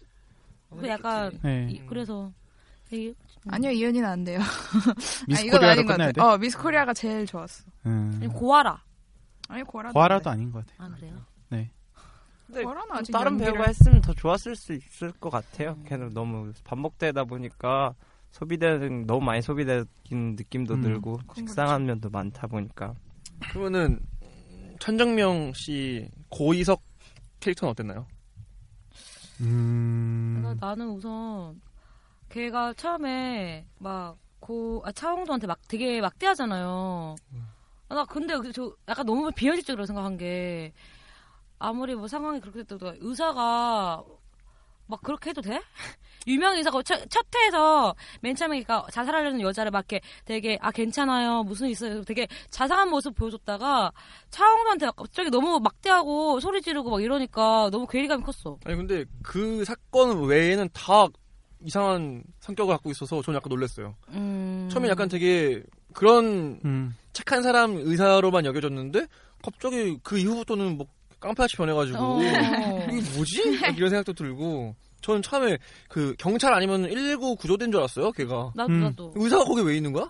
Speaker 3: 그 약간
Speaker 2: 네.
Speaker 3: 이- 그래서 되게
Speaker 1: 아니요, 이현이는 안 돼요.
Speaker 2: 미스
Speaker 1: 이건
Speaker 2: 코리아로
Speaker 1: 아닌 것
Speaker 2: 끝내야
Speaker 1: 같아.
Speaker 2: 돼?
Speaker 1: 어, 미스 코리아가 제일 좋았어.
Speaker 2: 음.
Speaker 3: 고아라.
Speaker 1: 아니, 고아라.
Speaker 2: 과라도 아닌 것 같아요.
Speaker 3: 아, 그래요?
Speaker 2: 네.
Speaker 1: 고아라는 아직
Speaker 8: 다른
Speaker 1: 연기를- 음.
Speaker 8: 배우가 했으면 더 좋았을 수 있을 것 같아요. 걔는 너무 반복되다 보니까 소비되는 너무 많이 소비되는 느낌도
Speaker 9: 음.
Speaker 8: 들고 식상한 면도 많다 보니까
Speaker 5: 그러면은 천정명 씨 고이석 캐릭터는 어땠나요?
Speaker 2: 음.
Speaker 3: 그러니까 나는 우선 걔가 처음에 막 고 아, 차홍도한테 막 되게 막대하잖아요. 아, 나 근데 그 저 약간 너무 비현실적으로 생각한 게 아무리 뭐 상황이 그렇게 됐다도 의사가 막 그렇게 해도 돼? 유명 의사가 첫, 첫 회에서 맨 처음에 그러니까 자살하려는 여자를 막 이렇게 되게 아 괜찮아요 무슨 있어요 되게 자상한 모습 보여줬다가 차홍도한테 갑자기 너무 막대하고 소리 지르고 막 이러니까 너무 괴리감이 컸어.
Speaker 5: 아니 근데 그 사건 외에는 다 이상한 성격을 갖고 있어서 저는 약간 놀랐어요.
Speaker 3: 음.
Speaker 5: 처음에 약간 되게 그런
Speaker 2: 음.
Speaker 5: 착한 사람 의사로만 여겨졌는데 갑자기 그 이후부터는 뭐 깡패같이 변해가지고
Speaker 3: 어.
Speaker 5: 이게 뭐지? 막 이런 생각도 들고 저는 처음에 그 경찰 아니면 119 구조된 줄 알았어요. 걔가
Speaker 3: 나도
Speaker 2: 음.
Speaker 3: 나도.
Speaker 5: 의사가 거기 왜 있는 거야?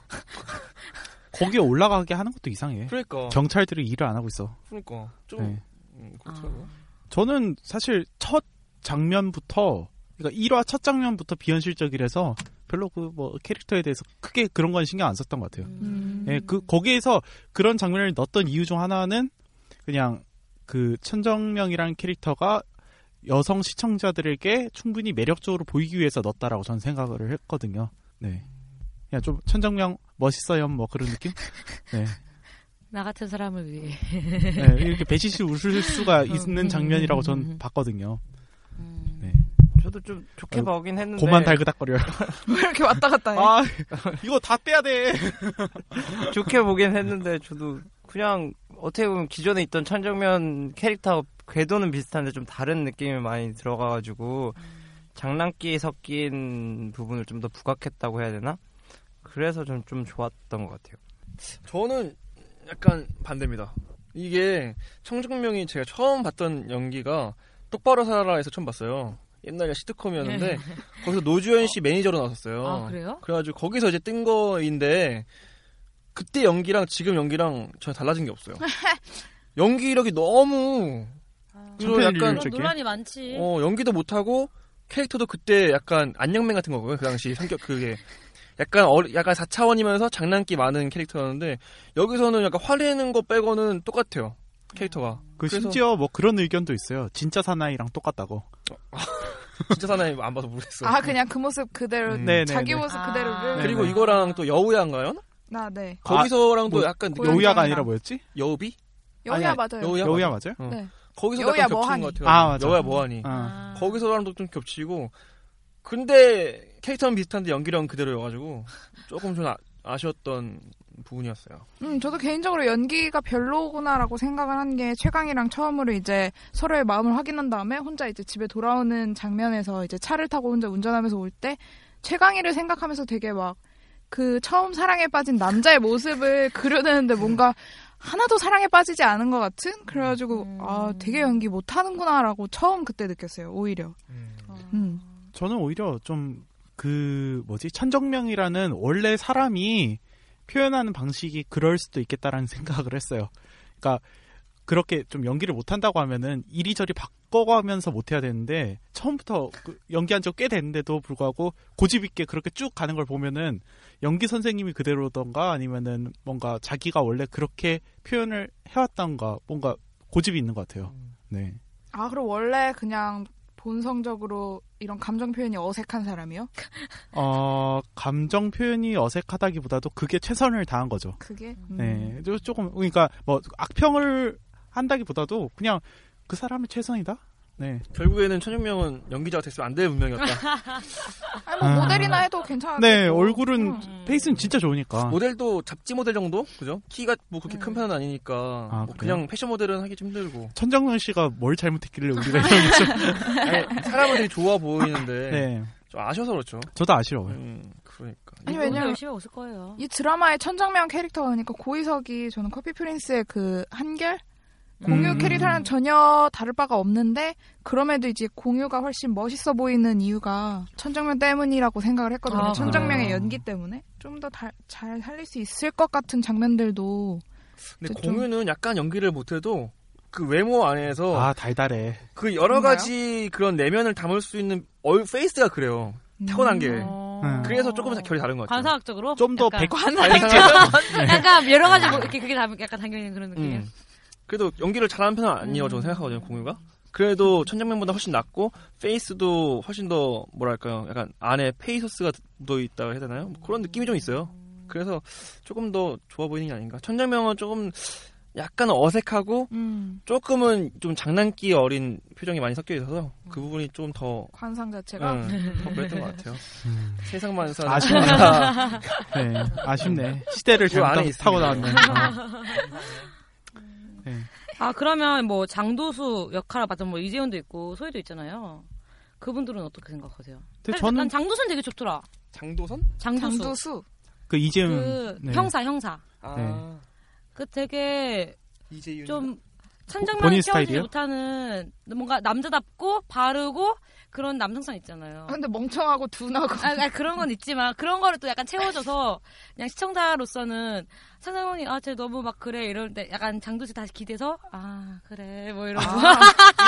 Speaker 2: 거기에 올라가게 하는 것도 이상해.
Speaker 5: 그러니까.
Speaker 2: 경찰들이 일을 안 하고 있어.
Speaker 5: 그러니까 좀
Speaker 2: 네.
Speaker 5: 음, 그렇더라고요.
Speaker 2: 저는 사실 첫 장면부터 그러니까 1화 첫 장면부터 비현실적이라서 별로 그 뭐 캐릭터에 대해서 크게 그런 건 신경 안 썼던
Speaker 3: 음.
Speaker 2: 것 같아요. 예,
Speaker 5: 음.
Speaker 2: 그 거기에서 그런 장면을 넣었던 이유 중 하나는 그냥 그 천정명이라는 캐릭터가 여성 시청자들에게 충분히 매력적으로 보이기 위해서 넣었다라고 저는 생각을 했거든요. 네. 그냥 좀 천정명 멋있어요 뭐 그런 느낌? 네.
Speaker 3: 나 같은 사람을 위해.
Speaker 2: 네, 이렇게 배시시 웃을 수가 있는 장면이라고 전 봤거든요.
Speaker 3: 음.
Speaker 2: 네.
Speaker 8: 저도 좀 좋게
Speaker 2: 아이고,
Speaker 8: 보긴 했는데
Speaker 2: 고만 달그닥거려요.
Speaker 1: 왜 이렇게 왔다 갔다 해?
Speaker 2: 아, 이거 다 빼야 돼.
Speaker 8: 좋게 보긴 했는데 저도 그냥 어떻게 보면 기존에 있던 천정면 캐릭터하고 궤도는 비슷한데 좀 다른 느낌이 많이 들어가가지고 장난기 섞인 부분을 좀 더 부각했다고 해야 되나? 그래서 좀 좀 좋았던 것 같아요.
Speaker 5: 저는 약간 반대입니다. 이게 청중명이 제가 처음 봤던 연기가 똑바로 살아라에서 처음 봤어요. 옛날에 시트콤이었는데
Speaker 3: 네.
Speaker 5: 거기서 노주현 씨 매니저로 나섰어요.
Speaker 3: 아, 그래요?
Speaker 5: 그래가지고 거기서 이제 뜬 거인데 그때 연기랑 지금 연기랑 전혀 달라진 게 없어요. 연기력이 너무 그리고 약간
Speaker 3: 그런 논란이 많지.
Speaker 5: 어, 연기도 못하고 캐릭터도 그때 약간 안녕맨 같은 거고요. 그 당시 성격 그게 약간 어 약간 4차원이면서 장난기 많은 캐릭터였는데 여기서는 약간 화내는 거 빼고는 똑같아요. 캐릭터가.
Speaker 2: 그
Speaker 5: 그래서
Speaker 2: 심지어 뭐 그런 의견도 있어요. 진짜 사나이랑 똑같다고.
Speaker 5: 진짜 사나이 안 봐서 모르겠어.
Speaker 1: 아, 그냥 그 모습 그대로,
Speaker 2: 음. 네, 네,
Speaker 1: 자기
Speaker 2: 네.
Speaker 1: 모습 그대로를.
Speaker 5: 그리고 이거랑 또 여우야인가요?
Speaker 1: 나, 네.
Speaker 5: 거기서랑 또
Speaker 2: 뭐,
Speaker 5: 약간
Speaker 2: 여우야가 고현정이랑. 아니라 뭐였지?
Speaker 5: 여우비?
Speaker 1: 여우야 맞아요.
Speaker 2: 여우야 맞아요?
Speaker 5: 어.
Speaker 1: 네.
Speaker 5: 거기서
Speaker 1: 여우야
Speaker 5: 약간 겹치는
Speaker 1: 뭐하니?
Speaker 5: 것 같아요.
Speaker 2: 아, 맞아.
Speaker 5: 여우야 뭐하니?
Speaker 2: 아.
Speaker 5: 거기서랑도 좀 겹치고 근데 캐릭터는 비슷한데 연기력은 그대로여가지고 조금 좀 아, 아쉬웠던 부분이었어요.
Speaker 1: 음, 저도 개인적으로 연기가 별로구나라고 생각을 한 게 최강이랑 처음으로 이제 서로의 마음을 확인한 다음에 혼자 이제 집에 돌아오는 장면에서 이제 차를 타고 혼자 운전하면서 올 때 최강이를 생각하면서 되게 막 그 처음 사랑에 빠진 남자의 모습을 그려내는데 뭔가 하나도 사랑에 빠지지 않은 것 같은 그래가지고 아 되게 연기 못하는구나라고 처음 그때 느꼈어요 오히려 음.
Speaker 2: 저는 오히려 좀 그 뭐지 천정명이라는 원래 사람이 표현하는 방식이 그럴 수도 있겠다라는 생각을 했어요. 그러니까 그렇게 좀 연기를 못한다고 하면은 이리저리 바꿔가면서 못해야 되는데 처음부터 그 연기한 지 꽤 됐는데도 불구하고 고집 있게 그렇게 쭉 가는 걸 보면은 연기 선생님이 그대로던가 아니면은 뭔가 자기가 원래 그렇게 표현을 해왔던가 뭔가 고집이 있는 것 같아요. 네.
Speaker 1: 아 그럼 원래 그냥 본성적으로 이런 감정 표현이 어색한 사람이요?
Speaker 2: 어, 감정 표현이 어색하다기보다도 그게 최선을 다한 거죠.
Speaker 1: 그게
Speaker 5: 음.
Speaker 2: 네. 좀- 조금, 그러니까 뭐 악평을 한다기보다도 그냥 그 사람의 최선이다? 네.
Speaker 5: 음. 결국에는 천육명은 연기자가 됐으면 안 될 운명이었다.
Speaker 1: 아니 뭐
Speaker 2: 아.
Speaker 1: 모델이나 해도 음. 괜찮은데.
Speaker 2: 네, 얼굴은 페이스는 진짜 좋으니까.
Speaker 5: 모델도 잡지 모델 정도? 그죠? 키가 뭐 그렇게
Speaker 1: 음.
Speaker 5: 큰 편은 아니니까
Speaker 2: 아,
Speaker 5: 뭐
Speaker 2: 그래요?
Speaker 5: 그냥 패션 모델은 하기 좀 힘들고
Speaker 2: 천정면 씨가 뭘 잘못했길래 우리가 이런 거 좀.
Speaker 5: 아니, 사람은 되게 좋아 보이는데
Speaker 2: 네. 어,
Speaker 5: 좀 아셔서 그렇죠.
Speaker 2: 저도 아쉬워요.
Speaker 5: 그러니까.
Speaker 1: 아니 왜냐면
Speaker 3: 열심히 없을 거예요.
Speaker 1: 이 드라마의 천장면 캐릭터가 그러니까 고이석이 저는 커피 프린스의 그 한결 공유
Speaker 2: 음.
Speaker 1: 캐릭터랑 전혀 다를 바가 없는데 그럼에도 이제 공유가 훨씬 멋있어 보이는 이유가 천정면 때문이라고 생각을 했거든요.
Speaker 3: 아,
Speaker 1: 천정면의
Speaker 3: 그래요?
Speaker 1: 연기 때문에 좀 더 잘 살릴 수 있을 것 같은 장면들도
Speaker 5: 근데
Speaker 1: 좀-
Speaker 5: 공유는 약간 연기를 못해도 그 외모 안에서
Speaker 2: 아, 달달해.
Speaker 5: 그 여러
Speaker 1: 그런가요?
Speaker 5: 가지 그런 내면을 담을 수 있는 얼 페이스가 그래요.
Speaker 2: 음.
Speaker 5: 타고난 게.
Speaker 3: 어.
Speaker 1: 어.
Speaker 5: 그래서 조금 결이 다른 것 같아요.
Speaker 3: 관상학적으로
Speaker 5: 좀더
Speaker 3: 약간-
Speaker 5: 백-
Speaker 3: 관상학적으로
Speaker 5: 네.
Speaker 3: 약간 여러 가지 뭐 이렇게 그게 다 약간 당겨있는 그런 느낌이에요.
Speaker 5: 음. 그래도 연기를 잘하는 편은 아니라고 저는 생각하거든요, 공유가. 그래도 천장면보다 훨씬 낫고 페이스도 훨씬 더 뭐랄까요, 약간 안에 페이소스가 묻어 있다고 해야 되나요? 뭐 그런 느낌이 좀 있어요. 그래서 조금 더 좋아 보이는 게 아닌가. 천장면은 조금 약간 어색하고
Speaker 1: 음,
Speaker 5: 조금은 좀 장난기 어린 표정이 많이 섞여 있어서 그 부분이 좀 더 음,
Speaker 1: 관상 자체가
Speaker 2: 음.
Speaker 5: 더 그랬던 것 같아요. 세상 만사
Speaker 2: 아쉽네.
Speaker 5: 다
Speaker 2: 네, 아쉽네. 시대를
Speaker 5: 요그 안에
Speaker 2: 잘못
Speaker 5: 있습니다.
Speaker 2: 타고 나왔네.
Speaker 3: 아 그러면 뭐 장도수 역할을 맡은 뭐 이재훈도 있고 소희도 있잖아요. 그분들은 어떻게 생각하세요?
Speaker 2: 근데
Speaker 3: 사실
Speaker 2: 저는-
Speaker 3: 난 장도수는 되게 좋더라.
Speaker 5: 장도선?
Speaker 3: 장도수.
Speaker 1: 장도수?
Speaker 2: 그 이재훈.
Speaker 3: 그
Speaker 2: 네.
Speaker 3: 형사 형사.
Speaker 2: 아.
Speaker 3: 그 되게
Speaker 5: 이재윤
Speaker 3: 좀
Speaker 2: 뭐, 본인
Speaker 3: 천장면을 채워주지
Speaker 2: 스타일이에요?
Speaker 3: 못하는 뭔가 남자답고 바르고 그런 남성성 있잖아요.
Speaker 1: 근데 멍청하고 둔하고
Speaker 3: 아, 아, 그런 건 있지만 그런 거를 또 약간 채워줘서 그냥 시청자로서는 상상원이 아쟤 너무 막 그래 이럴 때 약간 장도수 다시 기대서 아 그래 뭐 이러고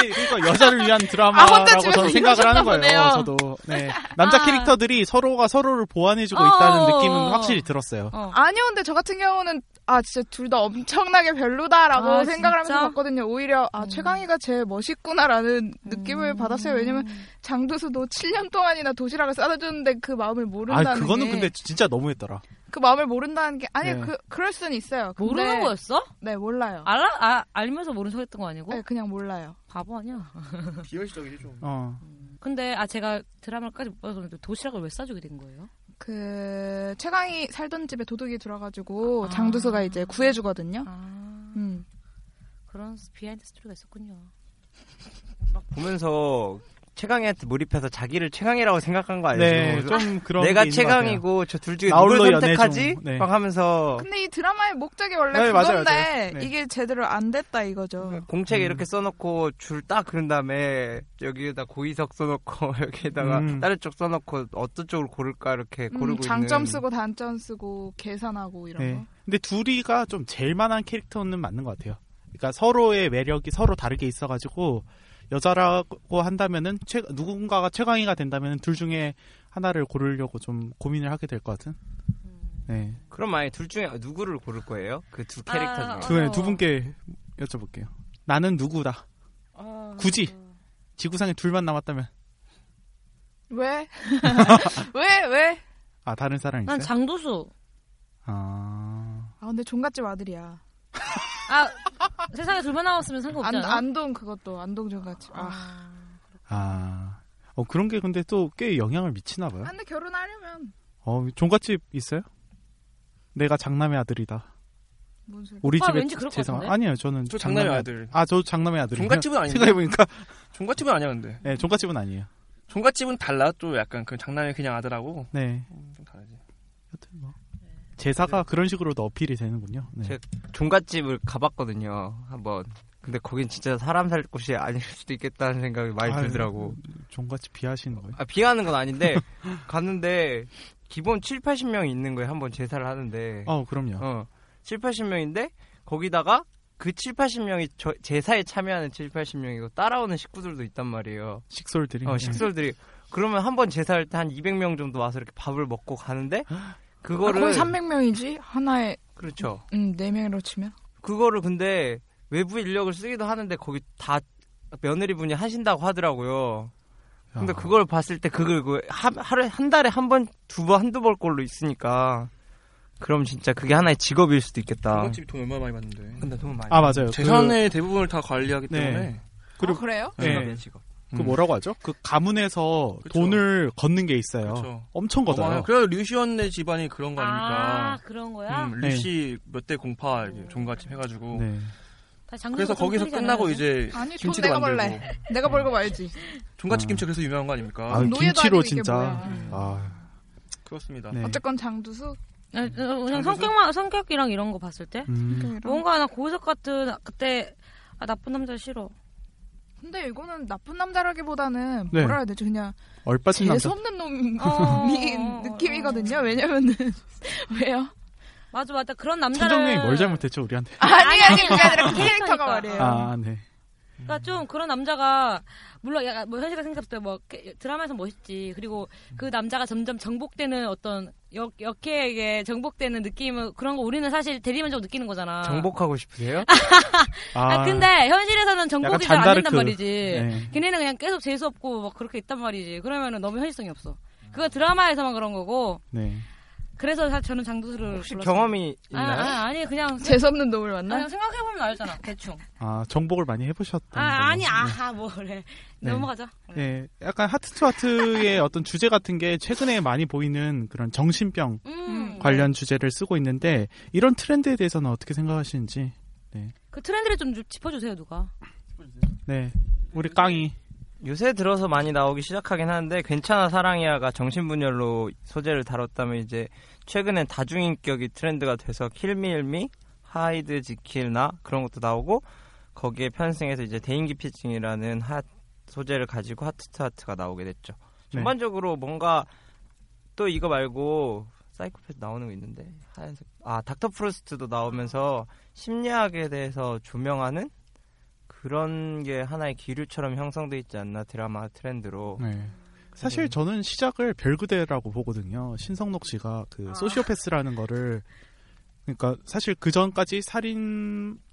Speaker 2: 이게 그러니까 여자를 위한 드라마라고 저는 생각을 하는 거예요.
Speaker 3: 보네요.
Speaker 2: 저도 네. 남자
Speaker 1: 아.
Speaker 2: 캐릭터들이 서로가 서로를 보완해주고
Speaker 1: 어.
Speaker 2: 있다는 느낌은 확실히 들었어요.
Speaker 1: 아니요, 근데 저 같은 경우는 아 진짜 둘 다 엄청나게 별로다라고
Speaker 3: 아,
Speaker 1: 생각을
Speaker 3: 진짜? 음.
Speaker 1: 하면서 봤거든요. 오히려 아 최강희가 제일 멋있구나라는 느낌을 받았어요. 왜냐면 장도수도 7년 동안이나 도시락을 싸다줬는데 그 마음을 모른다는
Speaker 2: 아 그거는
Speaker 1: 게,
Speaker 2: 근데 진짜 너무했더라.
Speaker 1: 그 마음을 모른다는 게 아니
Speaker 2: 네.
Speaker 1: 그 그럴 수는 있어요. 근데-
Speaker 3: 모르는 거였어?
Speaker 1: 네 몰라요.
Speaker 3: 알아 아, 알면서 모른 척했던 거 아니고?
Speaker 1: 네, 그냥 몰라요.
Speaker 3: 바보 아니야?
Speaker 5: 비현실적이지 좀.
Speaker 2: 어.
Speaker 3: 근데 아 제가 드라마까지 못 봐서 그런데 도시락을 왜 싸주게 된 거예요?
Speaker 1: 그 최강희 살던 집에 도둑이 들어가지고
Speaker 3: 아.
Speaker 1: 장도수가 이제 구해주거든요. 음.
Speaker 3: 그런 비하인드 스토리가 있었군요.
Speaker 8: 보면서 최강희한테 몰입해서 자기를 최강이라고 생각한 거 아니에요?
Speaker 2: 네,
Speaker 8: 그래서
Speaker 2: 좀 그런
Speaker 8: 내가
Speaker 2: 게 있는 것
Speaker 8: 최강이고
Speaker 2: 같아요.
Speaker 8: 저 둘 중에
Speaker 2: 나홀로
Speaker 8: 누굴
Speaker 2: 연애 좀,
Speaker 8: 선택하지?
Speaker 2: 네.
Speaker 8: 막 하면서
Speaker 1: 근데 이 드라마의 목적이 원래
Speaker 8: 네, 맞아요,
Speaker 1: 그건데
Speaker 8: 맞아요. 네.
Speaker 1: 이게 제대로 안 됐다 이거죠.
Speaker 8: 공책에
Speaker 2: 음.
Speaker 8: 이렇게 써놓고 줄 딱 그런 다음에 여기에다 고이석 써놓고 여기에다가
Speaker 1: 음.
Speaker 8: 다른 쪽 써놓고 어떤 쪽을 고를까 이렇게
Speaker 1: 음,
Speaker 8: 고르고
Speaker 1: 장점
Speaker 8: 있는.
Speaker 1: 쓰고 단점 쓰고 계산하고 이런
Speaker 2: 네.
Speaker 1: 거.
Speaker 2: 근데 둘이가 좀 제일 만한 캐릭터는 맞는 것 같아요. 그러니까 서로의 매력이 서로 다르게 있어가지고 여자라고 한다면은 최, 누군가가 최강희가 된다면 둘 중에 하나를 고르려고 좀 고민을 하게 될 것 같은. 네.
Speaker 8: 그럼 만약 둘 중에 누구를 고를 거예요? 그 두 캐릭터
Speaker 1: 아.
Speaker 8: 중에.
Speaker 2: 두,
Speaker 1: 어.
Speaker 2: 두 분께 여쭤볼게요. 나는 누구다.
Speaker 3: 아,
Speaker 2: 굳이 지구상에 둘만 남았다면
Speaker 1: 왜? 왜? 왜?
Speaker 2: 아 다른 사람 있어요?
Speaker 3: 난 장도수.
Speaker 2: 아
Speaker 1: 아 근데 종갓집 아들이야.
Speaker 3: 아 세상에 둘만 남았으면
Speaker 1: 안,
Speaker 3: 상관없잖아요.
Speaker 1: 안동 그것도 안동 종갓집. 아.
Speaker 2: 아. 어 그런 게 근데 또 꽤 영향을 미치나 봐요.
Speaker 1: 아, 근데 결혼하려면
Speaker 2: 어 종갓집 있어요? 내가 장남의 아들이다.
Speaker 1: 뭔 소리?
Speaker 2: 우리
Speaker 1: 오빠
Speaker 2: 집에
Speaker 1: 아, 왠지 그럴 것
Speaker 2: 죄송
Speaker 1: 같은데?
Speaker 2: 아니에요 저는
Speaker 5: 저 장남의
Speaker 2: 아-
Speaker 5: 아들.
Speaker 2: 아 저 장남의 아들.
Speaker 5: 종갓집은 아닌데?
Speaker 2: 생각해 보니까
Speaker 5: 종갓집은 아니야 근데.
Speaker 2: 네 종갓집은 아니에요.
Speaker 5: 종갓집은 달라 또 약간 그 장난의 그냥 아들하고.
Speaker 2: 네. 뭐.
Speaker 5: 음, 좀 다르지. 네.
Speaker 2: 제사가 그런 식으로도 어필이 되는군요. 네.
Speaker 8: 제가 종갓집을 가봤거든요 한번. 근데 거긴 진짜 사람 살 곳이 아닐 수도 있겠다는 생각이 많이
Speaker 2: 아유,
Speaker 8: 들더라고.
Speaker 2: 종갓집 비하시는 거예요?
Speaker 8: 아, 비하는 건 아닌데 갔는데 기본 7, 80명이 있는 거예요. 한번 제사를 하는데.
Speaker 5: 네.
Speaker 2: 어 그럼요.
Speaker 8: 어. 7, 80명인데 거기다가 그 7, 80명이 저, 제사에 참여하는 7, 80명이고 따라오는 식구들도 있단 말이에요.
Speaker 2: 식솔들이.
Speaker 1: 음.
Speaker 8: 어, 식솔들이. 그러면 한 번 제사할 때 한 200명 정도 와서 이렇게 밥을 먹고 가는데 그거를
Speaker 1: 아, 거의 300명이지 하나에
Speaker 8: 그렇죠.
Speaker 1: 음, 네 명으로 치면.
Speaker 8: 그거를 근데 외부 인력을 쓰기도 하는데 거기 다 며느리분이 하신다고 하더라고요.
Speaker 2: 아.
Speaker 8: 근데 그걸 봤을 때 그걸 그 하, 하루에 한 달에 한 번, 두 번, 한두 번 꼴로 있으니까 그럼 진짜 그게 하나의 직업일 수도 있겠다.
Speaker 5: 종갓집이 돈 얼마 많이 받는데.
Speaker 8: 근데 돈 많이.
Speaker 2: 아 맞아요.
Speaker 5: 재산의 대부분을 다 관리하기
Speaker 2: 네.
Speaker 5: 때문에
Speaker 1: 아, 그리고 그래요?
Speaker 2: 네. 그 뭐라고 하죠? 그 가문에서
Speaker 9: 그쵸.
Speaker 2: 돈을 걷는 게 있어요.
Speaker 9: 그쵸.
Speaker 2: 엄청 걷어요.
Speaker 9: 어마어마해요. 아, 그래서 류시원네 집안이 그런 거 아닙니까?
Speaker 3: 아, 그런 거야?
Speaker 9: 음, 류시 몇 대 공파 이제 종갓집 해가지고.
Speaker 2: 네.
Speaker 3: 다시 장르가
Speaker 9: 그래서
Speaker 3: 좀
Speaker 9: 거기서
Speaker 3: 틀리지
Speaker 9: 끝나고
Speaker 3: 않아요?
Speaker 9: 이제
Speaker 1: 음, 아니 돈
Speaker 9: 김치도
Speaker 1: 내가
Speaker 9: 만들고.
Speaker 1: 벌래. 내가
Speaker 8: 네.
Speaker 1: 벌고 말지.
Speaker 9: 종갓집 김치 그래서 유명한 거 아닙니까?
Speaker 2: 아,
Speaker 1: 노예도 아니고
Speaker 2: 김치로
Speaker 1: 이게
Speaker 2: 진짜.
Speaker 1: 뭐야.
Speaker 2: 아,
Speaker 9: 그렇습니다.
Speaker 2: 네.
Speaker 1: 어쨌건 장두수.
Speaker 3: 아, 어, 그냥 성격만 성격이랑 이런 거 봤을 때
Speaker 1: 그러니까
Speaker 2: 음.
Speaker 3: 뭔가 나 고석 같은 그때 아, 나쁜 남자 싫어.
Speaker 1: 근데 이거는 나쁜 남자라기보다는
Speaker 2: 네.
Speaker 1: 뭐라 해야 되지 그냥
Speaker 2: 얼빠진 남자.
Speaker 1: 재수 없는 놈이 느낌이거든요. 왜냐면은 왜요?
Speaker 3: 맞아 맞아 그런
Speaker 2: 천정이
Speaker 3: 남자를
Speaker 2: 뭘 잘못했죠 우리한테?
Speaker 1: 아니 아니 그게 아니라 그
Speaker 3: 캐릭터니까.
Speaker 1: 캐릭터가 말이에요.
Speaker 2: 아, 네.
Speaker 3: 그러니까 좀 그런 남자가 물론 약간 뭐 현실과 생각했을 때뭐 드라마에서 멋있지 그리고 그 남자가 점점 정복되는 어떤 역 역해에게 정복되는 느낌은 그런 거 우리는 사실 대리만족 느끼는 거잖아.
Speaker 8: 정복하고 싶으세요?
Speaker 3: 아, 근데 현실에서는 정복이
Speaker 8: 약간
Speaker 3: 잘 안 된단
Speaker 8: 잔다르크.
Speaker 3: 말이지.
Speaker 8: 네.
Speaker 3: 걔네는 그냥 계속 재수 없고 막 그렇게 있단 말이지. 그러면은 너무 현실성이 없어. 그거 드라마에서만 그런 거고.
Speaker 2: 네.
Speaker 3: 그래서 사- 저는 장두수를 혹시
Speaker 8: 경험이
Speaker 3: 아,
Speaker 8: 있나요?
Speaker 3: 아, 아니 그냥
Speaker 1: 재수없는 놈을 만나?
Speaker 3: 그냥 생각해 보면 알잖아. 대충.
Speaker 2: 아, 정복을 많이 해보셨다.
Speaker 3: 아,
Speaker 8: 음.
Speaker 3: 아니 아하 뭐래.
Speaker 2: 네.
Speaker 3: 넘어가자.
Speaker 2: 네, 약간 하트 투 하트의 어떤 주제 같은 게 최근에 많이 보이는 그런 정신병
Speaker 1: 네.
Speaker 3: 음.
Speaker 2: 관련 주제를 쓰고 있는데 이런 트렌드에 대해서는 어떻게 생각하시는지. 네,
Speaker 3: 그 트렌드를 좀 주- 짚어주세요 누가.
Speaker 2: 네, 우리 깡이
Speaker 8: 요새 들어서 많이 나오기 시작하긴 하는데 괜찮아 사랑이야가 정신분열로 소재를 다뤘다면 이제 최근엔 다중인격이 트렌드가 돼서 킬미일미, 하이드 지킬나 그런 것도 나오고 거기에 편승해서 이제 대인기피증이라는 핫 소재를 가지고 하트트하트가 나오게 됐죠.
Speaker 2: 네.
Speaker 8: 전반적으로 뭔가 또 이거 말고 사이코패스 나오는 거 있는데 하얀색 아 닥터 프로스트도 나오면서 심리학에 대해서 조명하는 그런 게 하나의 기류처럼 형성돼 있지 않나 드라마 트렌드로
Speaker 2: 네. 사실 저는 시작을 별그대라고 보거든요. 신성록 씨가 그 소시오패스라는 거를 그러니까 사실 그 전까지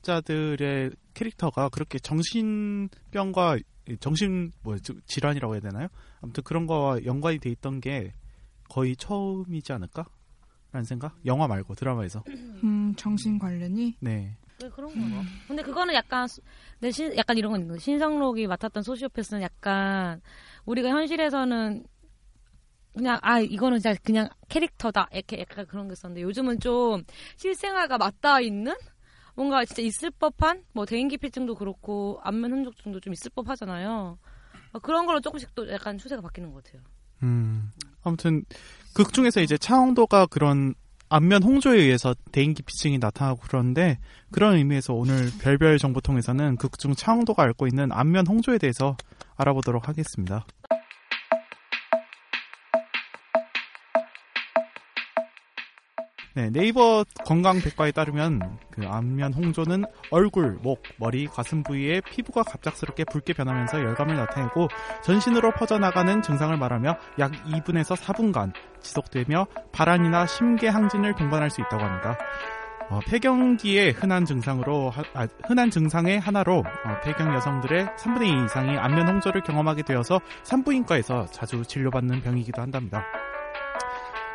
Speaker 2: 살인자들의 캐릭터가 그렇게 정신병과 이 정신 뭐 질환이라고 해야 되나요? 아무튼 그런 거와 연관이 돼 있던 게 거의 처음이지 않을까? 라는 생각? 영화 말고 드라마에서.
Speaker 1: 음 정신 관련이
Speaker 2: 네.
Speaker 3: 왜 그런 거? 근데 그거는 약간 수- 근데 신, 약간 이런 건 있는 거 신성록이 맡았던 소시오패스는 약간 우리가 현실에서는 그냥 아 이거는 진짜 그냥 캐릭터다 이렇게 약간 그런 게 있었는데 요즘은 좀 실생활과 맞닿아 있는 뭔가 진짜 있을 법한 뭐 대인기피증도 그렇고 안면 흔적증도 좀 있을 법하잖아요. 어, 그런 걸로 조금씩 또 약간 추세가 바뀌는 것 같아요.
Speaker 2: 음. 아무튼 극 중에서 이제 차홍도가 그런 안면 홍조에 의해서 대인기 피증이 나타나고 그러는데 그런 의미에서 오늘 별별 정보통에서는 극 중 차홍도가 앓고 있는 안면 홍조에 대해서 알아보도록 하겠습니다. 네, 네이버 건강 백과에 따르면 그 안면 홍조는 얼굴, 목, 머리, 가슴 부위에 피부가 갑작스럽게 붉게 변하면서 열감을 나타내고 전신으로 퍼져나가는 증상을 말하며 약 2분에서 4분간 지속되며 발한이나 심계 항진을 동반할 수 있다고 합니다. 어, 폐경기의 흔한 증상으로 하- 아, 흔한 증상의 하나로 어, 폐경 여성들의 3분의 2 이상이 안면 홍조를 경험하게 되어서 산부인과에서 자주 진료받는 병이기도 한답니다.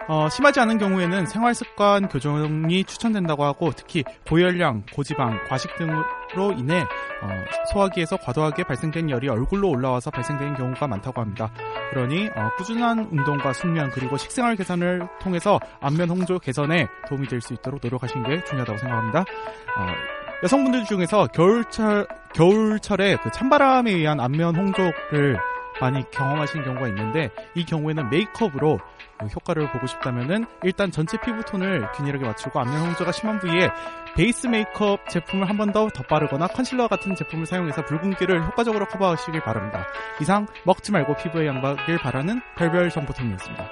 Speaker 2: 어, 심하지 않은 경우에는 생활습관 교정이 추천된다고 하고 특히 고열량, 고지방, 과식 등으로 인해 어, 소화기에서 과도하게 발생된 열이 얼굴로 올라와서 발생되는 경우가 많다고 합니다. 그러니 어, 꾸준한 운동과 숙면 그리고 식생활 개선을 통해서 안면 홍조 개선에 도움이 될 수 있도록 노력하시는 게 중요하다고 생각합니다. 어, 여성분들 중에서 겨울철 겨울철에 그 찬바람에 의한 안면 홍조를 많이 경험하시는 경우가 있는데 이 경우에는 메이크업으로 그 효과를 보고 싶다면은 일단 전체 피부 톤을 균일하게 맞추고 안면 홍조가 심한 부위에 베이스 메이크업 제품을 한 번 더 덧바르거나 컨실러와 같은 제품을 사용해서 붉은기를 효과적으로 커버하시길 바랍니다. 이상 먹지 말고 피부에 양박을 바라는 별별 정보통이었습니다.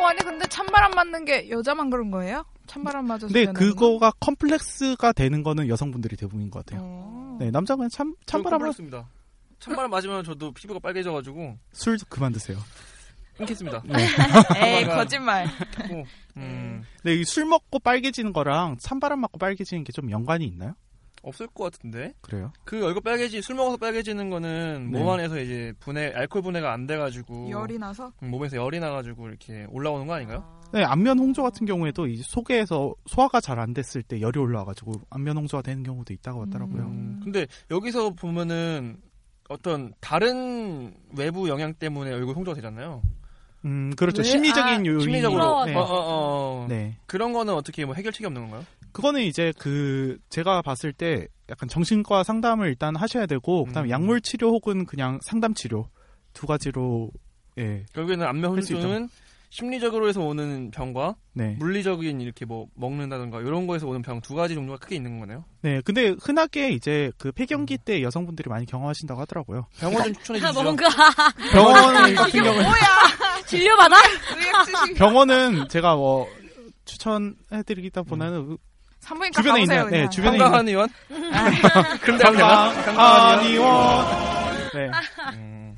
Speaker 1: 어 아니 근데 찬바람 맞는 게 여자만 그런 거예요? 찬바람 맞아서
Speaker 2: 근데
Speaker 1: 변하는 거?
Speaker 2: 그거가 컴플렉스가 되는 거는 여성분들이 대부분인 것
Speaker 1: 어.
Speaker 2: 같아요. 네, 남자는 참 찬바람을
Speaker 9: 습니다 찬바람 맞으면 저도 피부가 빨개져가지고
Speaker 2: 술 그만 드세요.
Speaker 9: 끊겠습니다.
Speaker 2: 네.
Speaker 1: 에이 거짓말.
Speaker 9: 음,
Speaker 2: 근데 네, 이 술 먹고 빨개지는 거랑 찬바람 맞고 빨개지는 게 좀 연관이 있나요?
Speaker 9: 없을 것 같은데.
Speaker 2: 그래요?
Speaker 9: 그 얼굴 빨개지 술 먹어서 빨개지는 거는
Speaker 2: 네.
Speaker 9: 몸 안에서 이제 분해 알코올 분해가 안 돼가지고
Speaker 1: 열이 나서?
Speaker 9: 음, 몸에서 열이 나가지고 이렇게 올라오는 거 아닌가요?
Speaker 2: 네, 안면 홍조 같은 경우에도 이 속에서 소화가 잘 안 됐을 때 열이 올라와가지고 안면 홍조가 되는 경우도 있다고 하더라고요.
Speaker 9: 음, 근데 여기서 보면은 어떤 다른 외부 영향 때문에 얼굴 홍조가 되잖아요.
Speaker 2: 음, 그렇죠.
Speaker 9: 왜?
Speaker 2: 심리적인
Speaker 9: 아,
Speaker 2: 요인.
Speaker 9: 심리적으로.
Speaker 2: 네.
Speaker 9: 어, 어, 어.
Speaker 2: 네.
Speaker 9: 그런 거는 어떻게 뭐 해결책이 없는 건가요?
Speaker 2: 그거는 이제 그 제가 봤을 때 약간 정신과 상담을 일단 하셔야 되고 그다음에 약물 치료 혹은 그냥 상담 치료 두 가지로 예.
Speaker 9: 결국에는 안면
Speaker 2: 할수 있죠.
Speaker 9: 홍조는 심리적으로 해서 오는 병과
Speaker 2: 네.
Speaker 9: 물리적인 이렇게 뭐 먹는다던가 이런 거에서 오는 병 두 가지 종류가 크게 있는 거네요.
Speaker 2: 네, 근데 흔하게 이제 그 폐경기 때 여성분들이 많이 경험하신다고 하더라고요.
Speaker 9: 병원 좀 추천해
Speaker 3: 아,
Speaker 9: 주시죠.
Speaker 3: 뭔가
Speaker 2: 병원 같은 경우는
Speaker 3: 진료 받아?
Speaker 2: 병원은 제가 뭐 추천해드리기다 보다는
Speaker 1: 산부인과
Speaker 2: 주변에
Speaker 1: 가보세요,
Speaker 2: 있는 네
Speaker 1: 그냥.
Speaker 2: 주변에
Speaker 9: 한강한
Speaker 2: 있는
Speaker 9: 의원?
Speaker 2: 그런데
Speaker 9: 한강한
Speaker 2: 한강 의원
Speaker 9: 의원.
Speaker 2: 네.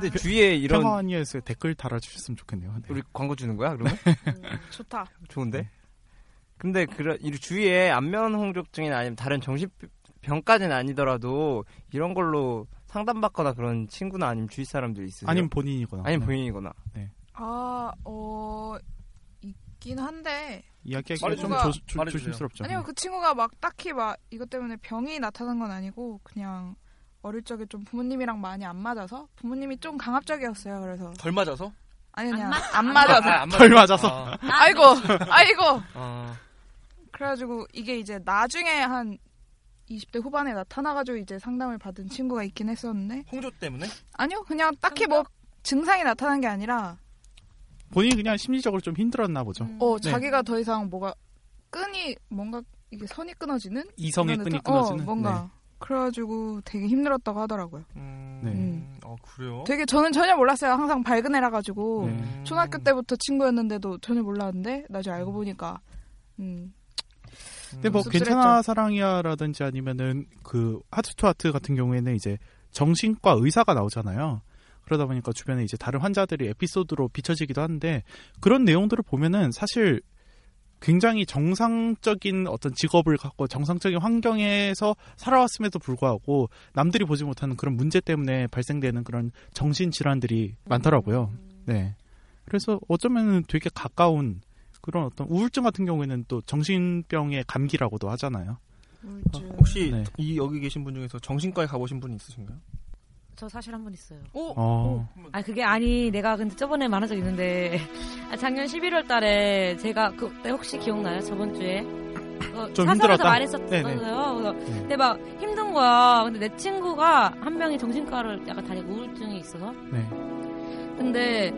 Speaker 8: 근데 주위에 이런-
Speaker 2: 평안이에서 댓글 달아주셨으면 좋겠네요. 네.
Speaker 8: 우리 광고 주는 거야 그러면?
Speaker 1: 좋다.
Speaker 8: 좋은데? 근데 그런 이 주위에 안면 홍조증이나 아니면 다른 정신병까지는 아니더라도 이런 걸로 상담받거나 그런 친구나 아니면 주위 사람들 있으세요?
Speaker 2: 아니면 본인이거나.
Speaker 8: 아니면
Speaker 2: 네.
Speaker 8: 본인이거나.
Speaker 2: 네.
Speaker 1: 아, 어, 있긴 한데.
Speaker 2: 이야기하기가
Speaker 1: 그
Speaker 2: 좀
Speaker 1: 친구가-
Speaker 2: 조- 조- 말해주세요. 조심스럽죠.
Speaker 1: 아니요, 그 친구가 막 딱히 막 이것 때문에 병이 나타난 건 아니고 그냥 어릴 적에 좀 부모님이랑 많이 안 맞아서 부모님이 좀 강압적이었어요. 그래서
Speaker 9: 덜 맞아서?
Speaker 1: 아니 그냥 안 맞아서
Speaker 9: 아, 안 맞아서. 덜 맞아서. 아.
Speaker 1: 아이고, 아이고.
Speaker 9: 아.
Speaker 1: 그래가지고 이게 이제 나중에 한 20대 후반에 나타나가지고 이제 상담을 받은 친구가 있긴 했었는데
Speaker 9: 홍조 때문에?
Speaker 1: 아니요 그냥 딱히 뭐 증상이 나타난 게 아니라
Speaker 2: 본인이 그냥 심리적으로 좀 힘들었나 보죠.
Speaker 1: 어
Speaker 2: 네.
Speaker 1: 자기가 더 이상 뭐가 끈이 뭔가 이게 선이 끊어지는
Speaker 2: 이성의
Speaker 1: 이런
Speaker 2: 끈이
Speaker 1: 느낌? 어,
Speaker 2: 끊어지는?
Speaker 1: 뭔가
Speaker 2: 네.
Speaker 1: 그래가지고 되게 힘들었다고 하더라고요.
Speaker 2: 네.
Speaker 1: 음.
Speaker 9: 아 그래요? 음.
Speaker 1: 되게 저는 전혀 몰랐어요. 항상 밝은 애라가지고
Speaker 2: 네.
Speaker 1: 초등학교 때부터 친구였는데도 전혀 몰랐는데 나중에 알고 보니까 음,
Speaker 2: 근데 뭐
Speaker 1: 씁쓸했죠.
Speaker 2: 괜찮아 사랑이야라든지 아니면은 그 하트 투 하트 같은 경우에는 이제 정신과 의사가 나오잖아요. 그러다 보니까 주변에 이제 다른 환자들이 에피소드로 비춰지기도 하는데 그런 내용들을 보면은 사실 굉장히 정상적인 어떤 직업을 갖고 정상적인 환경에서 살아왔음에도 불구하고 남들이 보지 못하는 그런 문제 때문에 발생되는 그런 정신 질환들이 많더라고요.
Speaker 1: 음.
Speaker 2: 네. 그래서 어쩌면 되게 가까운 그런 어떤 우울증 같은 경우에는 또 정신병의 감기라고도 하잖아요.
Speaker 9: 혹시
Speaker 2: 네.
Speaker 9: 이 여기 계신 분 중에서 정신과에 가보신 분 있으신가요?
Speaker 3: 저 사실 한 번 있어요.
Speaker 2: 어.
Speaker 3: 아 그게 아니 내가 근데 저번에 말한 적 있는데 아, 작년 11월 달에 제가 그때 네, 혹시 기억나요? 저번 주에 어,
Speaker 10: 좀
Speaker 3: 사설에서
Speaker 10: 힘들었다.
Speaker 3: 말했었어요.
Speaker 10: 네네.
Speaker 3: 그래서 근데 막 힘든 거야. 근데 내 친구가 한 명이 정신과를 약간 다니고 우울증이 있어서
Speaker 2: 네.
Speaker 3: 근데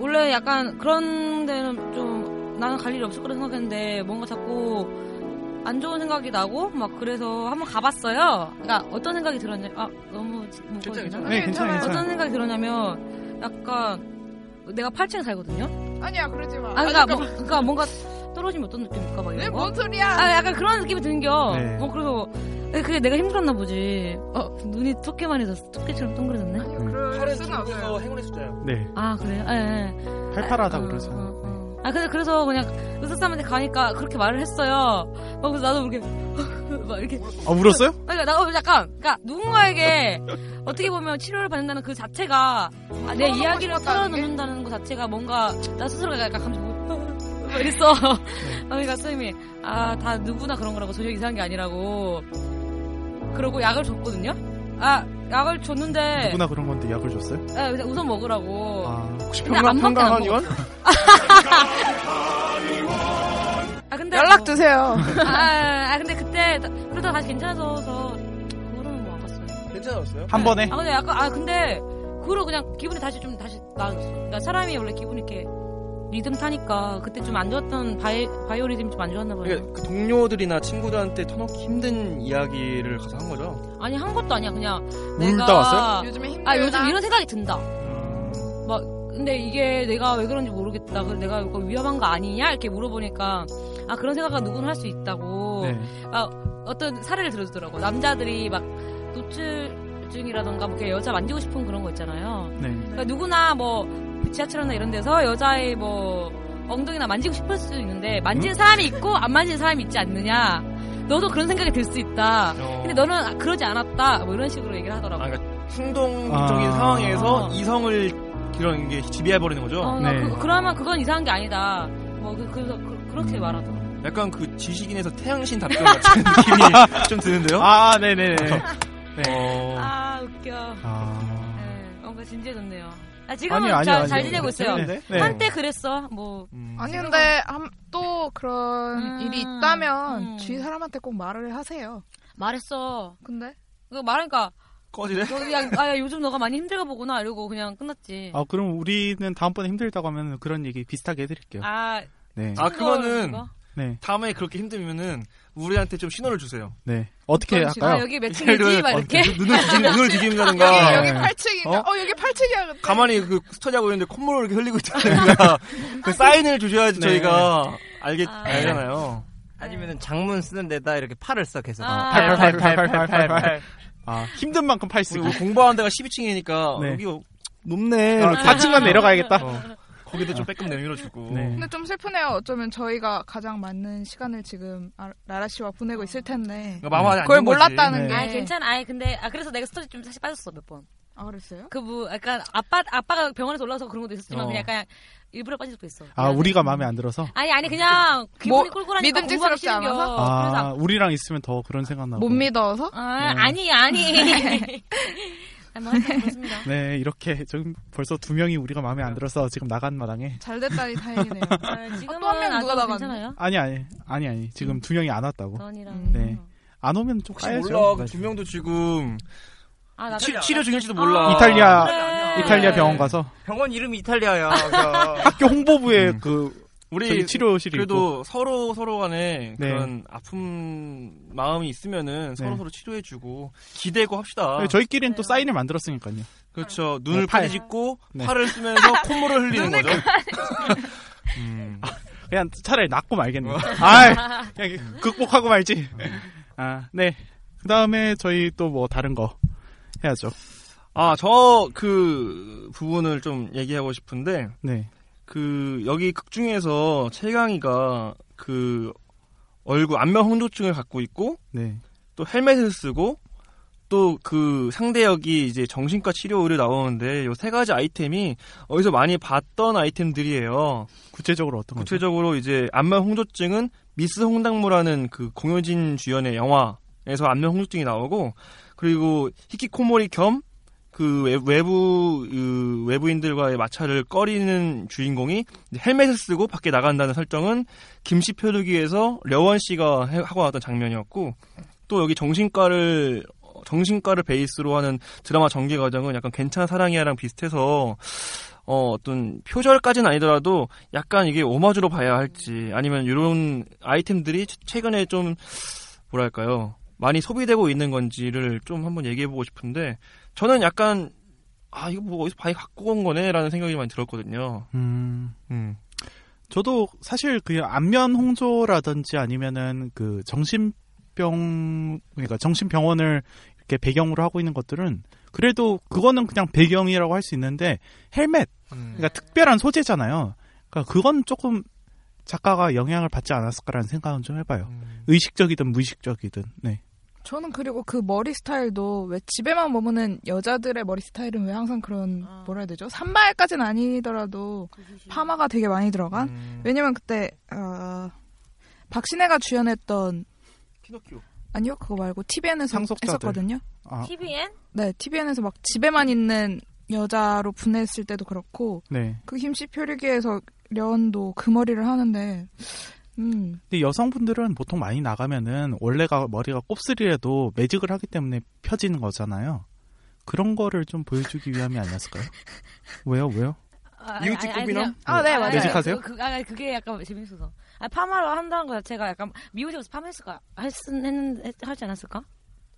Speaker 3: 원래 약간 그런 데는 좀 나는 갈 일이 없을 거라 생각했는데 뭔가 자꾸 안 좋은 생각이 나고 막 그래서 한번 가봤어요. 그러니까 어떤 생각이 들었냐? 아 너무 무거웠나?
Speaker 1: 괜찮아요. 네, 괜찮아요, 괜찮아요.
Speaker 3: 어떤 생각이 들었냐면 약간 내가 8층에 살거든요.
Speaker 1: 아니야 네, 뭐? 그러지 마.
Speaker 3: 아 그러니까, 뭐, 그러니까 뭔가 떨어지면 어떤 느낌일까 막 이런 거.
Speaker 1: 뭔 소리야?
Speaker 3: 아 약간 그런 느낌이 드는겨.
Speaker 10: 네.
Speaker 3: 뭐 그래서 그게 내가 힘들었나 보지. 어 눈이 토끼만 해졌어. 토끼처럼 동그래졌네.
Speaker 9: 팔은 중국어 행운의 숫자예요.
Speaker 2: 네.
Speaker 3: 아 그래요? 예. 예.
Speaker 2: 팔팔하다 그러잖아요.
Speaker 3: 아 근데 그래서 그냥 의사 쌤한테 가니까 그렇게 말을 했어요. 막 그래서 나도 모르게 막 이렇게.
Speaker 2: 아, 울었어요?
Speaker 3: 그러니까 나 약간 그러니까 누군가에게 어떻게 보면 치료를 받는다는 그 자체가 아, 내
Speaker 10: 털어놓고
Speaker 3: 이야기를
Speaker 10: 싶었다는
Speaker 3: 털어놓는다는 것 자체가 뭔가 나 스스로가 약간 감정 막 이랬어. 그러니까 쌤이 아 다 누구나 그런 거라고 전혀 이상한 게 아니라고. 그러고 약을 줬거든요. 아 약을 줬는데
Speaker 2: 누구나 그런 건데 약을 줬어요?
Speaker 3: 예, 그냥 우선 먹으라고.
Speaker 2: 혹시
Speaker 3: 근데 안 먹게 안 먹어. 아 근데
Speaker 1: 연락
Speaker 3: 뭐-
Speaker 1: 주세요.
Speaker 3: 아, 아, 아, 근데 그때 다- 그러다 다시 괜찮아져서 그거는 뭐안 갔어요.
Speaker 9: 괜찮았어요?
Speaker 2: 한 번에?
Speaker 3: 아 근데 약간 아 근데 그후로 그냥 기분이 다시 좀 다시 나아졌어. 그러니까 사람이 원래 기분이 이렇게 리듬 타니까 그때 좀 안 좋았던 바이 바이오 리듬이 좀 안 좋았나 봐요.
Speaker 9: 그러니까 그 동료들이나 친구들한테 터놓기 힘든 이야기를 가서 한 거죠.
Speaker 3: 아니 한 것도 아니야 그냥
Speaker 9: 울다
Speaker 3: 내가
Speaker 9: 왔어요?
Speaker 1: 요즘에 힘들다.
Speaker 3: 아 요즘 이런 생각이 든다. 막 근데 이게 내가 왜 그런지 모르겠다. 그래서 내가 이거 위험한 거 아니냐 이렇게 물어보니까 아 그런 생각은 누구나 할 수 있다고.
Speaker 10: 네.
Speaker 3: 아 어떤 사례를 들어주더라고. 남자들이 막 노출증이라던가 뭐 이렇게 여자 만지고 싶은 그런 거 있잖아요.
Speaker 10: 네.
Speaker 3: 그러니까 누구나 뭐 지하철이나 이런 데서 여자의 뭐 엉덩이나 만지고 싶을 수도 있는데 만지는 사람이 있고 안 만지는 사람이 있지 않느냐. 너도 그런 생각이 들 수 있다.
Speaker 9: 어.
Speaker 3: 근데 너는 아, 그러지 않았다. 뭐 이런 식으로 얘기를 하더라고.
Speaker 9: 충동적인 상황에서 이성을
Speaker 5: 그런 게 지배해버리는 거죠.
Speaker 3: 어,
Speaker 2: 네.
Speaker 3: 나 그, 그러면 그건 이상한 게 아니다. 뭐 그, 그래서 그, 그렇게 말하더라고.
Speaker 5: 약간 그 지식인에서 태양신 답변 같은 느낌이 좀 드는데요.
Speaker 2: 아, 네네네.
Speaker 5: 어,
Speaker 3: 아 웃겨. 네, 뭔가 진지해졌네요. 아, 지금은
Speaker 2: 아니요, 아니요,
Speaker 3: 잘,
Speaker 2: 아니요.
Speaker 3: 잘 지내고 있어요.
Speaker 2: 재밌는데? 네.
Speaker 3: 한때 그랬어. 음, 뭐
Speaker 5: 음.
Speaker 1: 아니
Speaker 5: 어,
Speaker 1: 근데 함- 또 그런 일이 있다면
Speaker 3: 음.
Speaker 1: 주위 사람한테 꼭 말을 하세요.
Speaker 3: 말했어.
Speaker 1: 근데
Speaker 3: 그거 말하니까
Speaker 5: 꺼지네.
Speaker 3: 너, 야, 아, 야, 요즘 너가 많이 힘들가 보구나 이러고 그냥 끝났지.
Speaker 2: 아, 그럼 우리는 다음번에 힘들다고 하면 그런 얘기 비슷하게 해드릴게요.
Speaker 3: 아,
Speaker 2: 네.
Speaker 5: 아 그거는
Speaker 3: 그거?
Speaker 2: 네.
Speaker 5: 다음에 그렇게 힘들면은 우리한테 좀 신호를 주세요.
Speaker 2: 네. 어떻게
Speaker 5: 어떤
Speaker 2: 할까요?
Speaker 5: 식으로? 아, 여기
Speaker 1: 네,
Speaker 5: 매칭이지? 막 이렇게? 눈을 뒤집는- 눈을 뒤집는다던가.
Speaker 1: 여기,
Speaker 5: 네.
Speaker 1: 여기 팔찌기. 어?
Speaker 5: 어?
Speaker 1: 여기 팔찌기야. 근데.
Speaker 5: 가만히 그 스터디하고 있는데 콧물을 이렇게 흘리고 있다니까 그 사인을 주셔야지
Speaker 8: 네.
Speaker 5: 저희가 알겠
Speaker 1: 네.
Speaker 5: 알잖아요.
Speaker 8: 아니면은 장문 쓰는 데다 이렇게 팔을 써 계속.
Speaker 5: 아.
Speaker 8: 팔, 팔, 팔, 팔, 팔, 팔, 팔.
Speaker 2: 아, 힘든 만큼 팔 쓰기.
Speaker 5: 우리 뭐 공부하는 데가 12층이니까
Speaker 2: 네.
Speaker 5: 여기
Speaker 2: 높네. 4층만 내려가야겠다.
Speaker 5: 거기도 좀 빼끔 내밀어 주고.
Speaker 2: 네.
Speaker 1: 근데 좀 슬프네요. 어쩌면 저희가 가장 맞는 시간을 지금 아- 라라 씨와 보내고 있을 텐데.
Speaker 5: 그러니까 마음이 안
Speaker 1: 그걸
Speaker 5: 좋은 거지.
Speaker 2: 네.
Speaker 1: 몰랐다는
Speaker 3: 아니
Speaker 1: 게.
Speaker 3: 괜찮아. 아니 근데 아 그래서 내가 스토리 좀 사실 빠졌어 몇 번.
Speaker 1: 아 그랬어요?
Speaker 3: 그뭐 약간 아빠 아빠가 병원에서 올라와서 그런 것도 있었지만
Speaker 2: 어.
Speaker 3: 그냥 약간 일부러 빠진 적도 있어.
Speaker 2: 아, 우리가 마음에 안 들어서?
Speaker 3: 아니 아니 그냥 기분이
Speaker 1: 뭐,
Speaker 3: 꿀꿀하니까 공부하기
Speaker 1: 믿음직스럽지
Speaker 3: 싫은 겨.
Speaker 1: 않아서?
Speaker 3: 어, 그래서
Speaker 2: 아, 우리랑 있으면 더 그런 생각 나고.
Speaker 1: 믿어서?
Speaker 3: 아, 아니 아니. 아, 뭐 하여튼 그렇습니다.
Speaker 2: 네, 이렇게 지금 벌써 두 명이 우리가 마음에 안 들어서 지금 나간 마당에.
Speaker 1: 잘 됐다니 다행이네요.
Speaker 3: 지금은
Speaker 1: 또한 명 누가
Speaker 3: 아주
Speaker 1: 나갔나?
Speaker 3: 괜찮아요?
Speaker 2: 아니 아니 아니 아니 지금 두 명이 안 왔다고.
Speaker 3: 어. 전이랑.
Speaker 2: 네. 안 오면 좀
Speaker 5: 혹시
Speaker 2: 까야죠.
Speaker 5: 몰라 그두 명도 지금
Speaker 3: 아, 나
Speaker 5: 치, 치료 중일지도 몰라.
Speaker 2: 이탈리아
Speaker 5: 네.
Speaker 2: 이탈리아 병원 가서
Speaker 8: 병원 이름이 이탈리아야. 그러니까.
Speaker 2: 학교 홍보부에 그
Speaker 5: 음. 우리
Speaker 2: 저기 치료실이
Speaker 5: 그래도 서로 서로 간에
Speaker 2: 네.
Speaker 5: 그런 아픈 마음이 있으면은 서로
Speaker 2: 네.
Speaker 5: 서로 치료해주고 기대고 합시다.
Speaker 2: 있고. 네, 저희끼리는 또 사인을 만들었으니까요.
Speaker 5: 그렇죠. 눈을
Speaker 2: 네, 팔.
Speaker 5: 파집고
Speaker 2: 네.
Speaker 5: 팔을 쓰면서 콧물을 흘리는 거죠.
Speaker 2: 음.
Speaker 5: 아,
Speaker 2: 그냥 차라리 낫고
Speaker 5: 어.
Speaker 2: 말겠네. 아, 그냥 극복하고 말지. 아, 네. 그 다음에 저희 또 뭐 다른 거 해야죠.
Speaker 5: 아 저 그 부분을 좀 얘기하고 싶은데
Speaker 2: 네.
Speaker 5: 그 여기 극 중에서 최강이가 그 얼굴 안면 홍조증을 갖고 있고
Speaker 2: 네.
Speaker 5: 또 헬멧을 쓰고 또 그 상대역이 이제 정신과 치료 의료 나오는데 요 세 가지 아이템이 어디서 많이 봤던 아이템들이에요.
Speaker 2: 구체적으로 어떤 거죠?
Speaker 5: 구체적으로 이제 안면 홍조증은 미스 홍당무라는 그 공효진 주연의 영화에서 안면 홍조증이 나오고 그리고 히키코모리 겸 그 외- 외부 그 외부인들과의 마찰을 꺼리는 주인공이 헬멧을 쓰고 밖에 나간다는 설정은 김씨 표류기에서 려원 씨가 해- 하고 왔던 장면이었고 또 여기 정신과를 어, 정신과를 베이스로 하는 드라마 전개 과정은 약간 괜찮은 사랑이야랑 비슷해서 어, 어떤 표절까지는 아니더라도 약간 이게 오마주로 봐야 할지 아니면 이런 아이템들이 최- 최근에 좀 뭐랄까요 많이 소비되고 있는 건지를 좀 한번 얘기해보고 싶은데 저는 약간 아 이거 뭐 어디서 많이 갖고 온 거네라는 생각이 많이 들었거든요.
Speaker 2: 음.
Speaker 5: 음.
Speaker 2: 저도 사실 그 안면 홍조라든지 아니면은 그 정신병 그러니까 정신병원을 이렇게 배경으로 하고 있는 것들은 그래도 그거는 그냥 배경이라고 할 수 있는데 헬멧
Speaker 5: 음.
Speaker 2: 그러니까 특별한 소재잖아요. 그러니까 그건 조금 작가가 영향을 받지 않았을까라는 생각은 좀 해봐요. 의식적이든 무의식적이든. 네.
Speaker 1: 저는 그리고 그 머리 스타일도 왜 집에만 머무는 여자들의 머리 스타일은 왜 항상 그런 뭐라 해야 되죠? 산발까지는 아니더라도 파마가 되게 많이 들어간.
Speaker 2: 음.
Speaker 1: 왜냐면 그때 어, 박신혜가 주연했던
Speaker 5: 피노키오.
Speaker 1: 아니요 그거 말고 TVN에서
Speaker 2: 상속자들.
Speaker 1: 했었거든요.
Speaker 2: 아,
Speaker 3: TVN?
Speaker 1: 네 TVN에서 막 집에만 있는 여자로 분했을 때도 그렇고
Speaker 2: 네.
Speaker 1: 그 힘씨 표류기에서 려원도 그 머리를 하는데 음
Speaker 2: 근데 여성분들은 보통 많이 나가면은 원래가 머리가 곱슬이라도 매직을 하기 때문에 펴지는 거잖아요. 그런 거를 좀 보여주기 위함이 아니었을까요? 왜요, 왜요?
Speaker 3: 아,
Speaker 2: 이웃집
Speaker 3: 아니, 아니,
Speaker 2: 꽃이나?
Speaker 3: 그냥-
Speaker 2: 아, 네,
Speaker 3: 아니,
Speaker 2: 맞아요. 매직하세요?
Speaker 3: 그, 그, 아, 그게 약간 재밌어서. 아, 파마로 한다는 거 자체가 약간 미국에서 파마했을까? 했, 했는, 했, 하지 않았을까?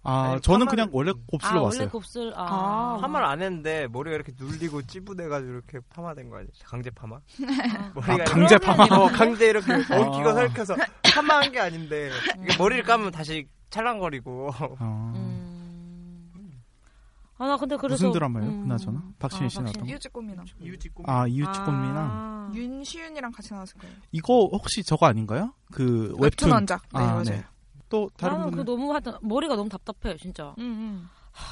Speaker 2: 아,
Speaker 8: 아니,
Speaker 2: 저는
Speaker 8: 파마를-
Speaker 2: 그냥 원래 곱슬로
Speaker 3: 아,
Speaker 2: 봤어요.
Speaker 3: 원래 곱슬. 아,
Speaker 8: 파마를 안 했는데 머리가 이렇게 눌리고 찌부대가지고 이렇게 파마된 거 아니야? 강제 파마?
Speaker 2: 아, 강제 파마.
Speaker 8: 어, 강제 이렇게
Speaker 2: 아.
Speaker 8: 엉키고 설켜서 파마한 게 아닌데 이게 머리를 감으면 다시 찰랑거리고
Speaker 3: 아, 나 근데 음. 그래서.
Speaker 2: 무슨 드라마예요?
Speaker 3: 음.
Speaker 2: 그나저나 박신혜 씨 나왔던 거.
Speaker 1: 이웃집 꽃미남 이웃집
Speaker 2: 아, 이웃집 꽃미남.
Speaker 1: 윤시윤이랑 같이 나왔을 거예요.
Speaker 2: 이거 혹시 저거 아닌가요? 그 웹툰.
Speaker 1: 웹툰 원작. 네,
Speaker 2: 아,
Speaker 1: 맞아요.
Speaker 2: 또 다른
Speaker 3: 나는
Speaker 2: 분은
Speaker 3: 그 너무 하여튼 머리가
Speaker 1: 음,
Speaker 3: 너무 답답해, 진짜.
Speaker 1: 응, 응.
Speaker 3: 하,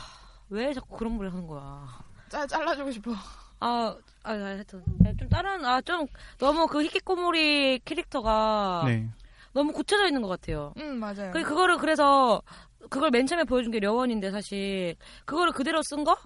Speaker 3: 왜 자꾸 그런 머리 하는 거야?
Speaker 1: 짜, 잘라주고 싶어.
Speaker 3: 아, 아, 아, 하여튼. 네, 좀 다른, 아, 좀 너무 그 히키코모리 캐릭터가
Speaker 2: 네.
Speaker 3: 너무 굳혀져 있는 것 같아요.
Speaker 1: 음, 맞아요.
Speaker 3: 그, 그거를 그래서, 그걸 맨 처음에 보여준 게 려원인데 사실, 그거를 그대로 쓴 거?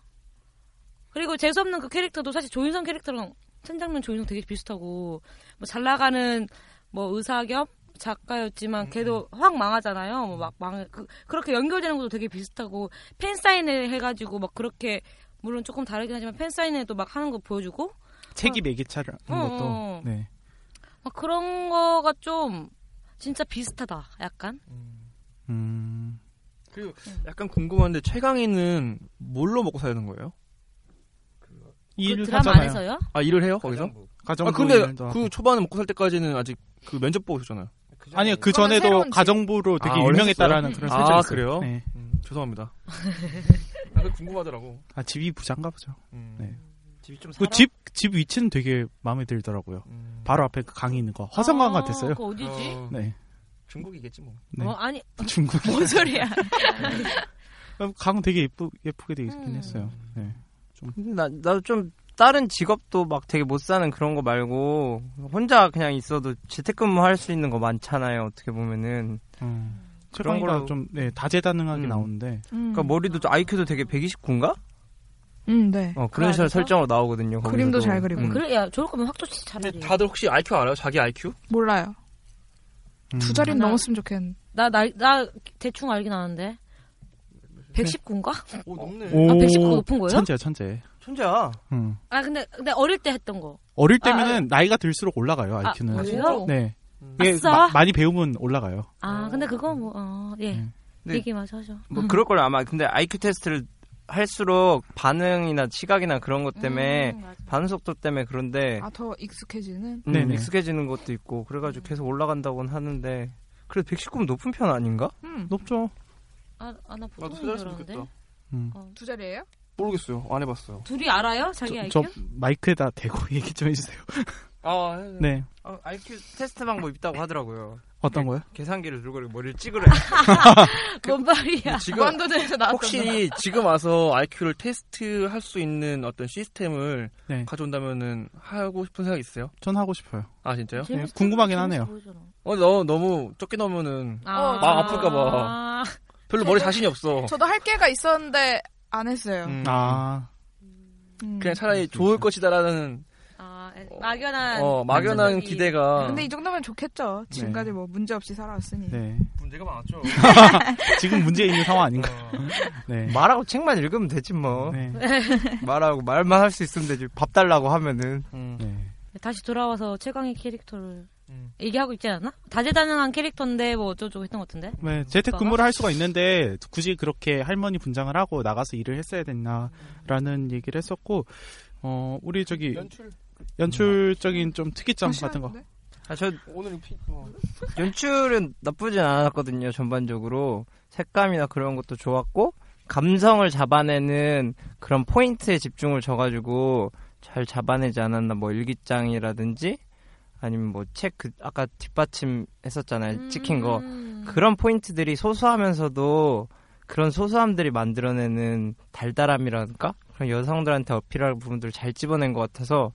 Speaker 3: 그리고 재수없는 그 캐릭터도 사실 조인성 캐릭터랑 천장면 조인성 되게 비슷하고, 뭐 잘 나가는 뭐 의사 겸
Speaker 2: 음,
Speaker 3: 작가였지만 걔도 확 망하잖아요. 뭐 막 망, 그, 그렇게 연결되는 것도 되게 비슷하고, 팬사인회 해가지고 막 그렇게, 물론 조금 다르긴 하지만 팬사인회도 막 하는 거 보여주고,
Speaker 2: 책이 매개차라는
Speaker 3: 어, 어,
Speaker 2: 것도
Speaker 3: 어.
Speaker 2: 네.
Speaker 3: 막 그런 거가 좀 진짜 비슷하다. 약간. 그
Speaker 2: 음.
Speaker 5: 그리고 약간 궁금한데 최강희는 뭘로 먹고 사는 거예요?
Speaker 3: 일을 그 드라마 하잖아요. 안에서요?
Speaker 5: 아 일을 해요 거기서?
Speaker 2: 가정부
Speaker 5: 아 근데
Speaker 2: 일도 하고.
Speaker 5: 그 초반에 먹고 살 때까지는 아직 그 면접 보고 오셨잖아요.
Speaker 3: 네.
Speaker 2: 아니요 그 전에도 가정부로 되게
Speaker 5: 아, 원래
Speaker 2: 유명했다라는
Speaker 5: 했었어요?
Speaker 2: 그런
Speaker 5: 아,
Speaker 2: 설정이 있어요.
Speaker 5: 그래요?
Speaker 2: 네.
Speaker 5: 음, 죄송합니다. 아, 그 궁금하더라고. 음.
Speaker 2: 아 집이 부자인가 보죠. 네.
Speaker 5: 집이 좀 살아?
Speaker 2: 그집집 위치는 되게 마음에 들더라고요. 바로 앞에 그 강이 있는 거 허성강 같았어요.
Speaker 3: 아, 그거 어디지?
Speaker 5: 어.
Speaker 2: 네.
Speaker 5: 중국이겠지 뭐.
Speaker 2: 네.
Speaker 3: 어, 아니.
Speaker 2: 중국.
Speaker 3: 뭔 소리야.
Speaker 2: 강 되게 예쁘 예쁘게 되어 있긴
Speaker 3: 음.
Speaker 2: 했어요. 네.
Speaker 8: 나 나도 좀 다른 직업도 막 되게 못 사는 그런 거 말고 혼자 그냥 있어도 재택근무 할 수 있는 거 많잖아요. 어떻게 보면은
Speaker 2: 음.
Speaker 8: 그런
Speaker 2: 최강희가
Speaker 8: 걸로-
Speaker 2: 좀 네, 다재다능하게 나오는데
Speaker 8: 그러니까
Speaker 3: 음.
Speaker 8: 머리도 좀 IQ도 되게 129인가?
Speaker 1: 음, 네.
Speaker 8: 어 그런 식으로 설정으로 나오거든요. 거기서도. 음.
Speaker 3: 그래, 야, 저럴 거면 확 좋지, 차라리.
Speaker 5: 다들 혹시 IQ 알아요? 자기 IQ?
Speaker 1: 몰라요.
Speaker 2: 음.
Speaker 1: 두 자리는
Speaker 3: 나-
Speaker 1: 넘었으면 좋겠는데.
Speaker 3: 나, 나, 나 대충 알긴 아는데. 119인가?
Speaker 5: 오, 높네.
Speaker 2: 네. 오,
Speaker 3: 아, 119가 높은 거예요?
Speaker 2: 천재야 천재.
Speaker 8: 천재야.
Speaker 2: 음.
Speaker 3: 아, 근데, 근데 어릴 때 했던 거.
Speaker 2: 어릴
Speaker 3: 아,
Speaker 2: 때면은 나이가 들수록 올라가요
Speaker 3: 아,
Speaker 2: IQ는.
Speaker 3: 그래요?
Speaker 2: 네.
Speaker 3: 음.
Speaker 2: 이게
Speaker 3: 아싸.
Speaker 2: 마- 많이 배우면 올라가요.
Speaker 3: 아, 근데 그거 뭐, 어, 예.
Speaker 8: 네.
Speaker 3: 얘기 마저 하죠.
Speaker 5: 음,
Speaker 8: 뭐 그럴 걸 아마 근데 IQ 테스트를 할수록 반응이나 시각이나 그런 것 때문에
Speaker 3: 음.
Speaker 8: 반응 속도 때문에 그런데
Speaker 1: 아, 더 익숙해지는?
Speaker 8: 음,
Speaker 2: 네네.
Speaker 8: 익숙해지는 것도 있고 그래가지고 계속 올라간다고는 하는데 그래도 119면 높은 편 아닌가?
Speaker 3: 음.
Speaker 2: 높죠.
Speaker 3: 아, 아, 나 보통
Speaker 5: 나도 찾았으면
Speaker 3: 알았는데.
Speaker 5: 좋겠다.
Speaker 1: 두 자리예요?
Speaker 5: 모르겠어요. 안 해봤어요.
Speaker 3: 둘이 알아요? 자기 IQ?
Speaker 2: 저 마이크에다 대고 얘기 좀 해주세요.
Speaker 8: 아
Speaker 2: 네.
Speaker 5: 어,
Speaker 8: 아, IQ 테스트
Speaker 5: 뭐
Speaker 8: 방법 있다고 하더라고요.
Speaker 2: 어떤 거요?
Speaker 8: 계산기를 들고 이렇게 머리를 찌그러.
Speaker 3: 뭔 말이야.
Speaker 5: 그
Speaker 3: 무한도전에서 나왔던
Speaker 5: 혹시 지금 와서 IQ를 테스트할 수 있는 어떤 시스템을
Speaker 2: 네.
Speaker 5: 가져온다면은 하고 싶은 생각 있어요?
Speaker 2: 전 하고 싶어요.
Speaker 5: 아 진짜요?
Speaker 2: 네, 궁금하긴 하네요.
Speaker 5: 어, 너 너무 적게 넣으면은
Speaker 1: 아.
Speaker 5: 마음 어, 아플까봐 별로 머리 자신이 없어.
Speaker 1: 저도 할 게가 있었는데 안 했어요. 음.
Speaker 5: 음.
Speaker 2: 아
Speaker 5: 그냥 차라리 좋을 것이다라는
Speaker 3: 아, 막연한. 네,
Speaker 5: 어, 막연한
Speaker 3: 이-
Speaker 5: 기대가
Speaker 1: 음. 근데 이 정도면 좋겠죠. 지금까지 뭐 문제 없이 살아왔으니.
Speaker 2: 네.
Speaker 5: 문제가 많았죠.
Speaker 2: 지금 문제 있는 상황 아닌가?
Speaker 5: 어.
Speaker 2: 네.
Speaker 8: 말하고 책만 읽으면 되지 뭐.
Speaker 2: 네.
Speaker 8: 말하고 말만 할 수 있으면 되지. 밥 달라고 하면은.
Speaker 5: 음.
Speaker 2: 네.
Speaker 3: 다시 돌아와서 최강의 캐릭터를 얘기하고 있지 않았나? 다재다능한 캐릭터인데 뭐 어쩌고 저쩌고 했던 것 같은데?
Speaker 2: 네, 재택근무를 할 수가 있는데 굳이 그렇게 할머니 분장을 하고 나가서 일을 했어야 됐나라는 얘기를 했었고 어 우리 저기
Speaker 5: 연출?
Speaker 2: 연출적인 좀 특이점
Speaker 1: 아,
Speaker 2: 같은
Speaker 1: 네.
Speaker 2: 거
Speaker 8: 아저
Speaker 5: 오늘 피 어.
Speaker 8: 연출은 나쁘진 않았거든요 전반적으로 색감이나 그런 것도 좋았고 감성을 잡아내는 그런 포인트에 집중을 줘가지고 잘 잡아내지 않았나 뭐 일기장이라든지 아니면 뭐 책 그 아까 뒷받침 했었잖아요
Speaker 2: 네,
Speaker 3: 음.
Speaker 8: 찍힌 거 그런 포인트들이 소소하면서도 그런 소소함들이 만들어내는 달달함이라든가 그런 여성들한테 어필할 부분들 을잘 집어낸 것 같아서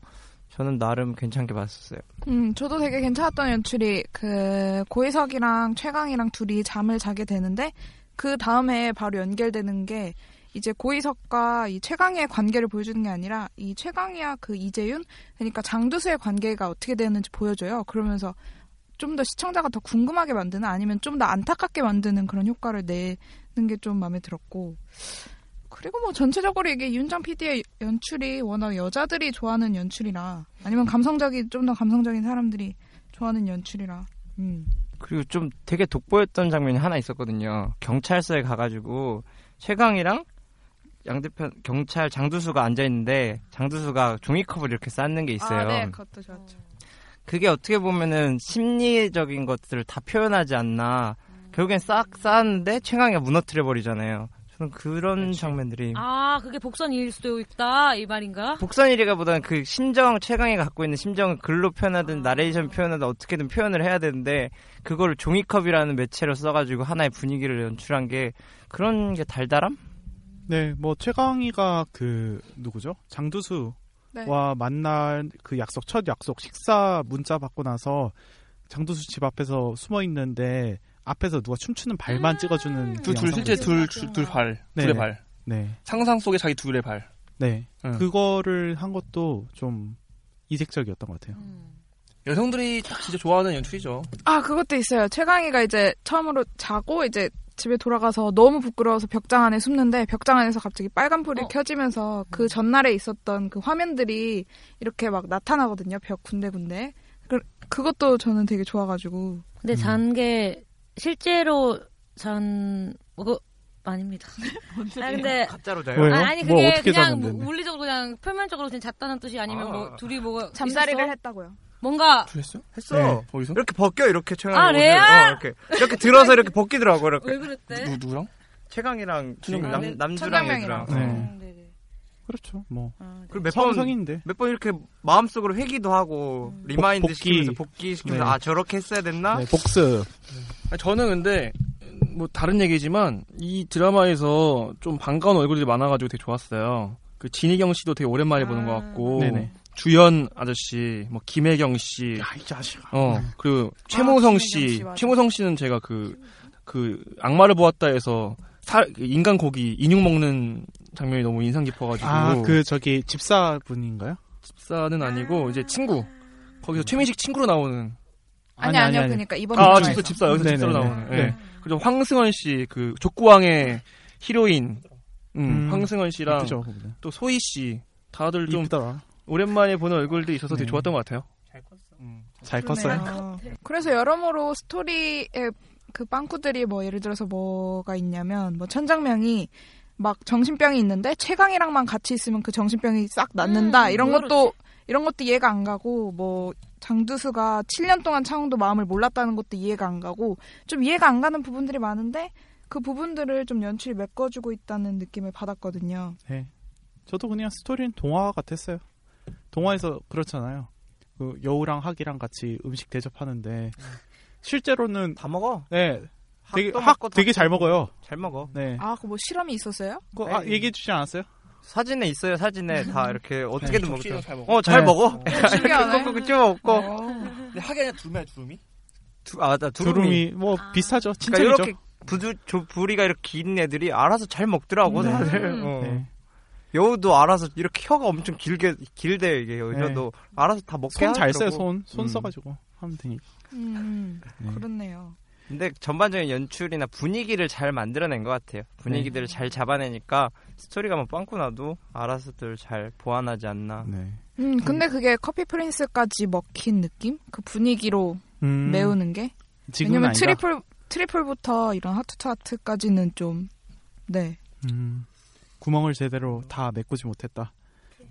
Speaker 8: 저는 나름 괜찮게 봤었어요.
Speaker 1: 음, 저도 되게 괜찮았던 연출이 그 고희석이랑 최강이랑 둘이 잠을 자게 되는데 그 다음에 바로 연결되는 게 이제 고희석과 이 최강의 관계를 보여주는 게 아니라 이 최강이와 그 이재윤 그러니까 장두수의 관계가 어떻게 되는지 보여줘요. 그러면서 좀 더 시청자가 더 궁금하게 만드는 아니면 좀 더 안타깝게 만드는 그런 효과를 내는 게 좀 마음에 들었고 그리고 뭐 전체적으로 이게 윤정 PD의 연출이 워낙 여자들이 좋아하는 연출이라 아니면 감성적인 좀 더 감성적인 사람들이 좋아하는 연출이라 음.
Speaker 8: 그리고 좀 되게 돋보였던 장면이 하나 있었거든요. 경찰서에 가가지고 최강이랑 양대편 경찰 장두수가 앉아 있는데 장두수가 종이컵을 이렇게 쌓는 게 있어요.
Speaker 1: 아, 네, 그것도 좋았죠.
Speaker 8: 그게 어떻게 보면은 심리적인 것들을 다 표현하지 않나. 결국엔 싹 쌓았는데 최강이가 무너뜨려 버리잖아요. 저는 그런 장면들이
Speaker 3: 아, 그게 복선일 수도 있다. 이 말인가?
Speaker 8: 복선이라기보다는 그 심정 최강이 갖고 있는 심정을 글로 표현하든 나레이션 표현하든 어떻게든 표현을 해야 되는데 그걸 종이컵이라는 매체로 써가지고 하나의 분위기를 연출한 게 그런 게 달달함?
Speaker 2: 네, 뭐 최강희가 그 누구죠? 장두수
Speaker 1: 네.
Speaker 2: 와 만날 그 약속 첫 약속 식사 문자 받고 나서 장두수 집 앞에서 숨어 있는데 앞에서 누가 춤추는 발만 찍어주는 그
Speaker 5: 둘, 둘
Speaker 2: 영상을
Speaker 5: 실제
Speaker 2: 봤어요.
Speaker 5: 둘, 줄- 둘 발,
Speaker 2: 네.
Speaker 5: 둘의 발.
Speaker 2: 네.
Speaker 5: 상상 속에 자기 둘의 발.
Speaker 2: 네.
Speaker 5: 응.
Speaker 2: 그거를 한 것도 좀 이색적이었던 것 같아요.
Speaker 5: 여성들이 딱 진짜 좋아하는 연출이죠.
Speaker 1: 아 그것도 있어요. 최강희가 이제 처음으로 자고 이제 집에 돌아가서 너무 부끄러워서 벽장 안에 숨는데 벽장 안에서 갑자기 빨간 불이 켜지면서 그 전날에 있었던 그 화면들이 이렇게 막 나타나거든요. 벽 군데군데. 그, 그것도 저는 되게 좋아가지고.
Speaker 2: 음.
Speaker 3: 근데 잔 게 실제로 잔 뭐, 그거 아닙니다. 아 근데
Speaker 8: 가짜로
Speaker 2: 자요? 왜요?
Speaker 3: 아니
Speaker 2: 뭐
Speaker 3: 그게
Speaker 2: 어떻게
Speaker 3: 그냥
Speaker 2: 잤는데?
Speaker 3: 뭐 물리적으로 그냥 표면적으로 그냥 잤다는 뜻이 아니면 뭐 둘이 뭐
Speaker 1: 잠자리를
Speaker 3: 있었어?
Speaker 1: 했다고요.
Speaker 3: 뭔가
Speaker 5: 했어?
Speaker 8: 했어.
Speaker 5: 네. 거기서?
Speaker 8: 이렇게 벗겨 이렇게 최강.
Speaker 3: 아, 레알?
Speaker 8: 이렇게 이렇게 들어서 이렇게 벗기더라고 이렇게.
Speaker 3: 왜 그랬대?
Speaker 5: 누, 누구랑?
Speaker 8: 최강이랑 지금
Speaker 5: 최강.
Speaker 8: 남 남주랑
Speaker 5: 천장명이랑.
Speaker 8: 얘들랑.
Speaker 2: 네.
Speaker 3: 음. 네,
Speaker 2: 그렇죠. 뭐
Speaker 8: 어. 그리고 몇
Speaker 2: 성인인데.
Speaker 8: 네, 번, 몇 번 이렇게 마음속으로 회기도 하고 리마인드
Speaker 2: 복- 복귀.
Speaker 8: 시키면서 복귀 시키면서
Speaker 5: 네.
Speaker 8: 아 저렇게 했어야 됐나?
Speaker 2: 복습.
Speaker 5: 아니, 저는 근데 뭐 다른 얘기지만 이 드라마에서 좀 반가운 얼굴들이 많아가지고 되게 좋았어요. 그 진희경 씨도 되게 오랜만에 보는
Speaker 2: 아.
Speaker 5: 것 같고
Speaker 2: 네네. 아,
Speaker 5: 주연 아저씨, 뭐 김혜경 씨, 어 그리고 최모성 씨,
Speaker 2: 씨 맞아.
Speaker 5: 최모성 씨는 제가 그 그 악마를 보았다에서 사- 인간 고기 인육 먹는 장면이 너무 인상 깊어가지고
Speaker 2: 아, 그 저기 집사 분인가요?
Speaker 5: 집사는 아니고 이제 친구 거기서 최민식 친구로 나오는
Speaker 1: 아니, 아니, 아니요. 아니, 아니. 그러니까 이번
Speaker 5: 아
Speaker 1: 드라마에서.
Speaker 5: 집사 집사 여기서
Speaker 2: 네네네.
Speaker 5: 집사로 나오는 예.
Speaker 2: 네.
Speaker 5: 그리고 황승원 씨 그 족구왕의 히로인 음,
Speaker 2: 음,
Speaker 5: 황승원 씨랑
Speaker 2: 이쁘죠, 그분들.
Speaker 5: 또 소희 씨 다들 좀
Speaker 2: 이쁘더라.
Speaker 5: 오랜만에 보는 얼굴도 있어서 되게
Speaker 2: 네.
Speaker 5: 좋았던 것 같아요.
Speaker 2: 잘
Speaker 1: 그러네요.
Speaker 2: 컸어요.
Speaker 1: 그래서 여러모로 스토리에 그 빵꾸들이 뭐 예를 들어서 뭐가 있냐면 뭐 천장명이 막 정신병이 있는데 최강이랑만 같이 있으면 그 정신병이 싹 낫는다
Speaker 3: 음,
Speaker 1: 이런
Speaker 3: 그거를
Speaker 1: 것도 이런 것도 이해가 안 가고 뭐 장두수가 7년 동안 창웅도 마음을 몰랐다는 것도 이해가 안 가고 좀 이해가 안 가는 부분들이 많은데 그 부분들을 좀 연출이 메꿔주고 있다는 느낌을 받았거든요.
Speaker 2: 네. 저도 그냥 스토리는 동화 같았어요. 동화에서 그렇잖아요. 그 여우랑 학이랑 같이 음식 대접하는데 실제로는
Speaker 8: 다 먹어.
Speaker 2: 네. 되게
Speaker 8: 학도
Speaker 2: 학
Speaker 8: 먹고 다
Speaker 2: 되게 잘 먹어요.
Speaker 8: 잘 먹어.
Speaker 2: 네.
Speaker 1: 아, 그 뭐 실험이 있었어요?
Speaker 2: 그거 아, 얘기해 주지 않았어요?
Speaker 8: 사진에 있어요. 사진에 다 이렇게 어떻게든
Speaker 5: 네,
Speaker 8: 먹죠.
Speaker 5: 접시로 잘 먹어.
Speaker 8: 어, 잘
Speaker 5: 네.
Speaker 8: 먹어.
Speaker 2: 아, 그
Speaker 5: 어, 신기하네.
Speaker 8: 이렇게 꾹꾹 찍어 먹고.
Speaker 1: 음,
Speaker 5: 근데 하게 아니라 두루미 두루미?
Speaker 8: 두, 아, 나 두루미.
Speaker 2: 두루미, 뭐 비슷하죠.
Speaker 8: 그러니까
Speaker 2: 친척이죠.
Speaker 8: 이렇게 부두 조, 부리가 이렇게 긴 애들이 알아서 잘 먹더라고
Speaker 2: 네.
Speaker 8: 다들.
Speaker 2: 음.
Speaker 8: 어.
Speaker 2: 네.
Speaker 8: 여우도 알아서 이렇게 혀가 엄청 길게 길대요 이게 여자도 알아서
Speaker 5: 어,
Speaker 8: 다 먹게
Speaker 2: 네. 손 잘 써요.
Speaker 8: 하더라고.
Speaker 2: 손. 손
Speaker 8: 음.
Speaker 2: 써가지고 하면 되니까.
Speaker 1: 음,
Speaker 2: 네.
Speaker 1: 그렇네요.
Speaker 8: 근데 전반적인 연출이나 분위기를 잘 만들어낸 것 같아요. 분위기들을
Speaker 2: 네.
Speaker 8: 잘 잡아내니까 스토리가 막 빵꾸 나도 알아서들 잘 보완하지 않나.
Speaker 5: 네.
Speaker 1: 음, 근데 그게 커피 프린스까지 먹힌 느낌? 그 분위기로
Speaker 8: 음.
Speaker 1: 메우는 게?
Speaker 2: 지금은
Speaker 1: 왜냐면
Speaker 2: 아니다.
Speaker 1: 트리플 트리플부터 이런 하트 차트까지는 좀 네.
Speaker 2: 음. 구멍을 제대로 다 메꾸지 못했다.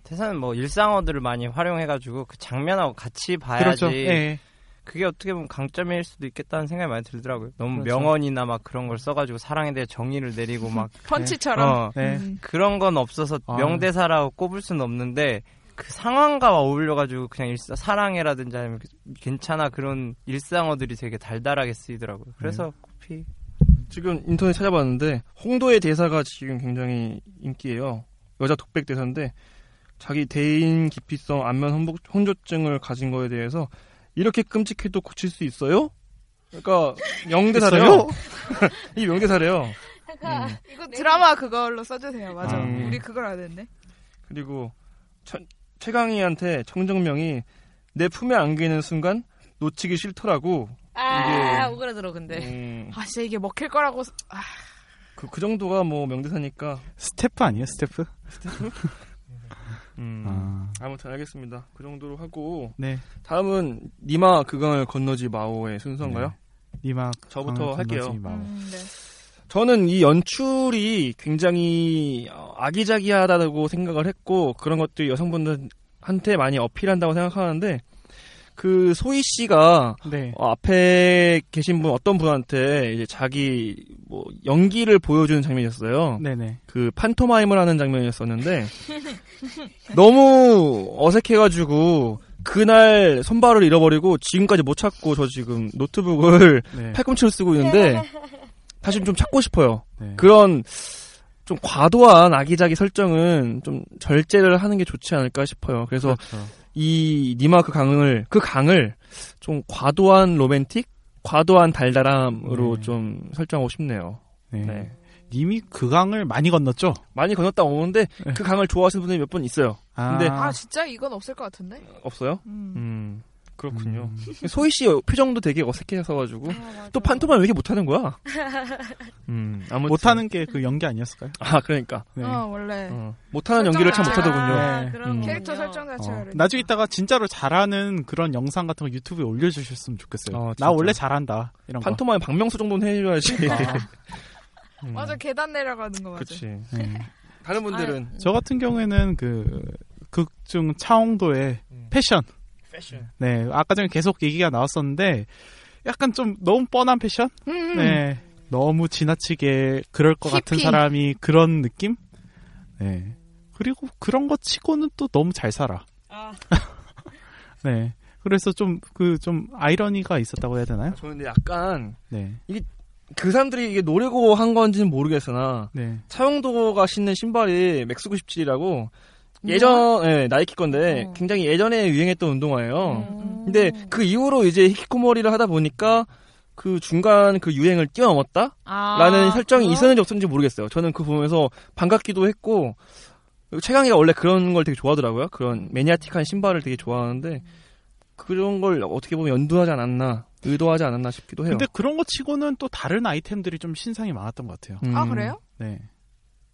Speaker 8: 태산은 뭐 일상어들을 많이 활용해가지고 그 장면하고 같이 봐야지.
Speaker 2: 그렇죠. 예.
Speaker 8: 그게 어떻게 보면 강점일 수도 있겠다는 생각이 많이 들더라고요. 너무
Speaker 2: 그렇죠.
Speaker 8: 명언이나 막 그런 걸 써가지고 사랑에 대해 정의를 내리고 막
Speaker 1: 펀치처럼.
Speaker 8: 어,
Speaker 1: 네. 음.
Speaker 8: 그런 건 없어서
Speaker 2: 아.
Speaker 8: 명대사라고 꼽을 수는 없는데 그 상황과 어울려가지고 그냥 일사, 사랑해라든지 아니면 그 괜찮아 그런 일상어들이 되게 달달하게 쓰이더라고요. 그래서
Speaker 2: 네.
Speaker 8: 커피
Speaker 5: 지금 인터넷 찾아봤는데 홍도의 대사가 지금 굉장히 인기예요. 여자 독백 대사인데 자기 대인 기피성 안면 혼복, 혼조증을 가진 거에 대해서 이렇게 끔찍해도 고칠 수 있어요? 그러니까 명대사래요.
Speaker 1: 있어요?
Speaker 5: 이 명대사래요.
Speaker 1: 이거 드라마 그걸로 써주세요. 맞아.
Speaker 5: 음.
Speaker 2: 예.
Speaker 1: 우리 그걸 알야 되는데.
Speaker 5: 그리고 천- 최강희한테 청정명이 내 품에 안기는 순간 놓치기 싫더라고.
Speaker 3: 아
Speaker 5: 이게
Speaker 3: 오그라들어 근데
Speaker 5: 음.
Speaker 1: 아, 진짜 이게 먹힐 거라고 스- 아,
Speaker 5: 그, 그 정도가 뭐 명대사니까
Speaker 2: 스태프 아니에요, 스태프?
Speaker 5: 음.
Speaker 2: 아.
Speaker 5: 아무튼 알겠습니다. 그 정도로 하고
Speaker 2: 네.
Speaker 5: 다음은 니마 그강을 건너지 마오의 순서인가요?
Speaker 2: 네. 니마
Speaker 5: 저부터
Speaker 2: 강을
Speaker 5: 할게요.
Speaker 2: 건너지 마오.
Speaker 1: 음, 네.
Speaker 5: 저는 이 연출이 굉장히 어, 아기자기하다고 생각을 했고 그런 것들이 여성분들한테 많이 어필한다고 생각하는데 그 소희 씨가
Speaker 1: 음.
Speaker 2: 네.
Speaker 5: 어, 앞에 계신 분 어떤 분한테 이제 자기 뭐 연기를 보여주는 장면이었어요.
Speaker 2: 네네.
Speaker 5: 그 판토마임을 하는 장면이었었는데 너무 어색해가지고 그날 손발을 잃어버리고 지금까지 못 찾고 저 지금 노트북을
Speaker 2: 네.
Speaker 5: 팔꿈치로 쓰고 있는데 다시 좀 찾고 싶어요.
Speaker 2: 네.
Speaker 5: 그런 좀 과도한 아기자기 설정은 좀 절제를 하는 게 좋지 않을까 싶어요. 그래서
Speaker 10: 그렇죠.
Speaker 5: 이 니마크 강을 그 강을 좀 과도한 로맨틱, 과도한 달달함으로 좀 설정하고 네. 싶네요.
Speaker 2: 네. 님이 그 강을 많이 건넜죠?
Speaker 5: 많이 건넜다 오는데 그 강을 좋아하시는 분들이 몇 분 있어요. 근데
Speaker 1: 아 진짜 이건 없을 것 같은데.
Speaker 5: 없어요? 음. 그렇군요. 소희 씨 표정도 되게 어색해서 가지고 또 판토만 왜 이렇게 못하는 거야? 음, 아무튼.
Speaker 2: 못하는 게 그 연기 아니었을까요?
Speaker 5: 아, 그러니까.
Speaker 2: 네.
Speaker 1: 어 원래
Speaker 5: 어, 못하는 연기를
Speaker 3: 아,
Speaker 5: 참 못하더군요. 네.
Speaker 3: 음.
Speaker 1: 캐릭터 설정 자체가 그래.
Speaker 2: 어, 나중에 있다가 진짜로 잘하는 그런 영상 같은 거 유튜브에 올려주셨으면 좋겠어요. 나
Speaker 5: 아, 진짜.
Speaker 2: 원래 잘한다. 이런 거.
Speaker 5: 판토마임 박명수 정도는 해줘야지.
Speaker 2: 그러니까.
Speaker 5: 음.
Speaker 1: 맞아 계단 내려가는 거 맞아.
Speaker 5: 그치.
Speaker 1: 네.
Speaker 5: 다른 분들은
Speaker 2: 예. 저 같은 경우에는 그 극중 차홍도의 패션.
Speaker 5: 음. 패션.
Speaker 2: 네, 아까 전에 계속 얘기가 나왔었는데 약간 좀 너무 뻔한 패션?
Speaker 1: 음.
Speaker 2: 네. 너무 지나치게 그럴 것 같은
Speaker 1: 히피.
Speaker 2: 사람이 그런 느낌? 네. 그리고 그런 거 치고는 또 너무 잘 살아. 네. 그래서 좀 그 좀 아이러니가 있었다고 해야 되나요?
Speaker 5: 저는 근데 약간
Speaker 2: 네.
Speaker 5: 이게 그 사람들이 이게 노리고 한 건지는 모르겠으나
Speaker 2: 네.
Speaker 5: 차용도가 신는 신발이 맥스 97이라고 예전 예, 나이키 건데 굉장히 예전에 유행했던
Speaker 3: 음.
Speaker 5: 운동화예요. 근데 그 이후로 이제 히키코모리를 하다 보니까 그 중간 그 유행을 뛰어넘었다?
Speaker 3: 아,
Speaker 5: 라는 설정이
Speaker 3: 그래요?
Speaker 5: 있었는지 없었는지 모르겠어요. 저는 그 보면서 반갑기도 했고 최강이가 원래 그런 걸 되게 좋아하더라고요. 그런 매니아틱한 신발을 되게 좋아하는데 그런 걸 어떻게 보면 연두하지 않았나 의도하지 않았나 싶기도 해요.
Speaker 2: 근데 그런 거 치고는 또 다른 아이템들이 좀 신상이 많았던 것 같아요.
Speaker 5: 음. 아, 그래요?
Speaker 2: 네.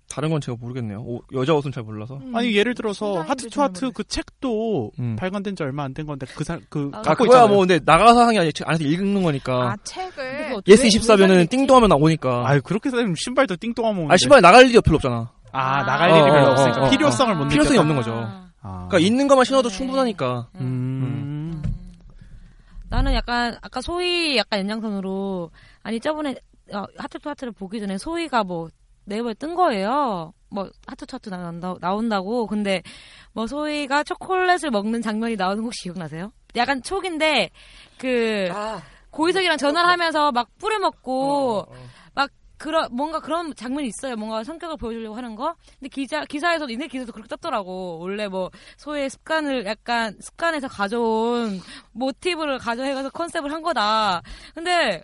Speaker 5: 다른 건 제가 모르겠네요. 오, 여자 옷은 잘 몰라서.
Speaker 2: 음.
Speaker 3: 음,
Speaker 1: 음.
Speaker 2: 아니 예를 들어서 하트 투 하트 그 책도
Speaker 5: 음.
Speaker 2: 발간된 지 얼마 안 된 건데 그 사, 그
Speaker 5: 아,
Speaker 2: 갖고
Speaker 5: 그거야
Speaker 2: 있잖아요.
Speaker 5: 뭐 근데 나가서 하는 게 아니라 안에서 읽는 거니까.
Speaker 1: 아,
Speaker 3: 네.
Speaker 1: 책을
Speaker 5: 예스 24면은 띵동하면 나오니까.
Speaker 2: 아 그렇게 되면 신발도 띵동하면.
Speaker 5: 아 신발 어, 나갈 일이 별로 없잖아.
Speaker 2: 아, 나갈
Speaker 8: 어,
Speaker 2: 일이 별로 없으니까 필요성을 못 느꼈다.
Speaker 5: 필요성이
Speaker 2: 아.
Speaker 5: 없는 거죠.
Speaker 3: 아.
Speaker 5: 그러니까 있는 것만 신어도 충분하니까.
Speaker 3: 음.
Speaker 2: 음.
Speaker 3: 나는 약간 아까 소희 약간 연장선으로 아니 저번에 어, 하트 투 하트를 보기 전에 소희가 뭐 네이버에 뜬 거예요. 뭐 하트 투 하트 나온다, 나온다고. 근데 뭐 소희가 초콜릿을 먹는 장면이 나오는 거 혹시 기억나세요? 약간 초기인데 그 고희석이랑 전화를 하면서 막 뿌려 먹고 막 그런 뭔가 그런 장면이 있어요. 뭔가 성격을 보여주려고 하는 거. 근데 기자 기사에서 인내 기사도 그렇게 떴더라고. 원래 뭐 소의 습관을 약간 습관에서 가져온 모티브를 가져해가서 컨셉을 한 거다. 근데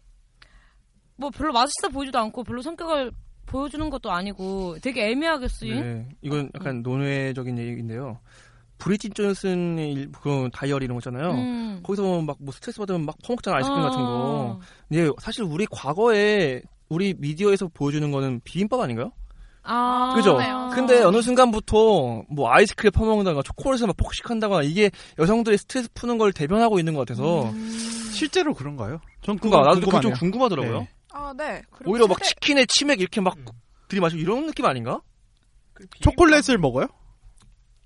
Speaker 3: 뭐 별로 맛있어 보이지도 않고 별로 성격을 보여주는 것도 아니고 되게 애매하게
Speaker 2: 예?
Speaker 3: 쓰인.
Speaker 5: 네, 이건 약간 논외적인 얘기인데요. 브리짓 존슨의 일- 그런 다이어리 이런 거 있잖아요.
Speaker 3: 음.
Speaker 5: 거기서 막 뭐 스트레스 받으면 막 퍼먹잖아 아이스크림
Speaker 3: 어.
Speaker 5: 같은 거. 근데 사실 우리 과거에 우리 미디어에서 보여주는 거는 비빔밥 아닌가요?
Speaker 3: 아,
Speaker 5: 그죠? 근데 어느 순간부터 뭐 아이스크림 퍼먹는다거나 초콜릿을 막 폭식한다거나 이게 여성들의 스트레스 푸는 걸 대변하고 있는 것 같아서
Speaker 2: 음. 실제로 그런가요? 전
Speaker 5: 그거 나도 그게 좀
Speaker 2: 궁금하네요.
Speaker 5: 궁금하더라고요.
Speaker 2: 네.
Speaker 1: 아 네. 그리고
Speaker 5: 오히려 막 치킨에 치맥 음. 이렇게 막 들이마시고 이런 느낌 아닌가?
Speaker 2: 초콜릿을 먹어요?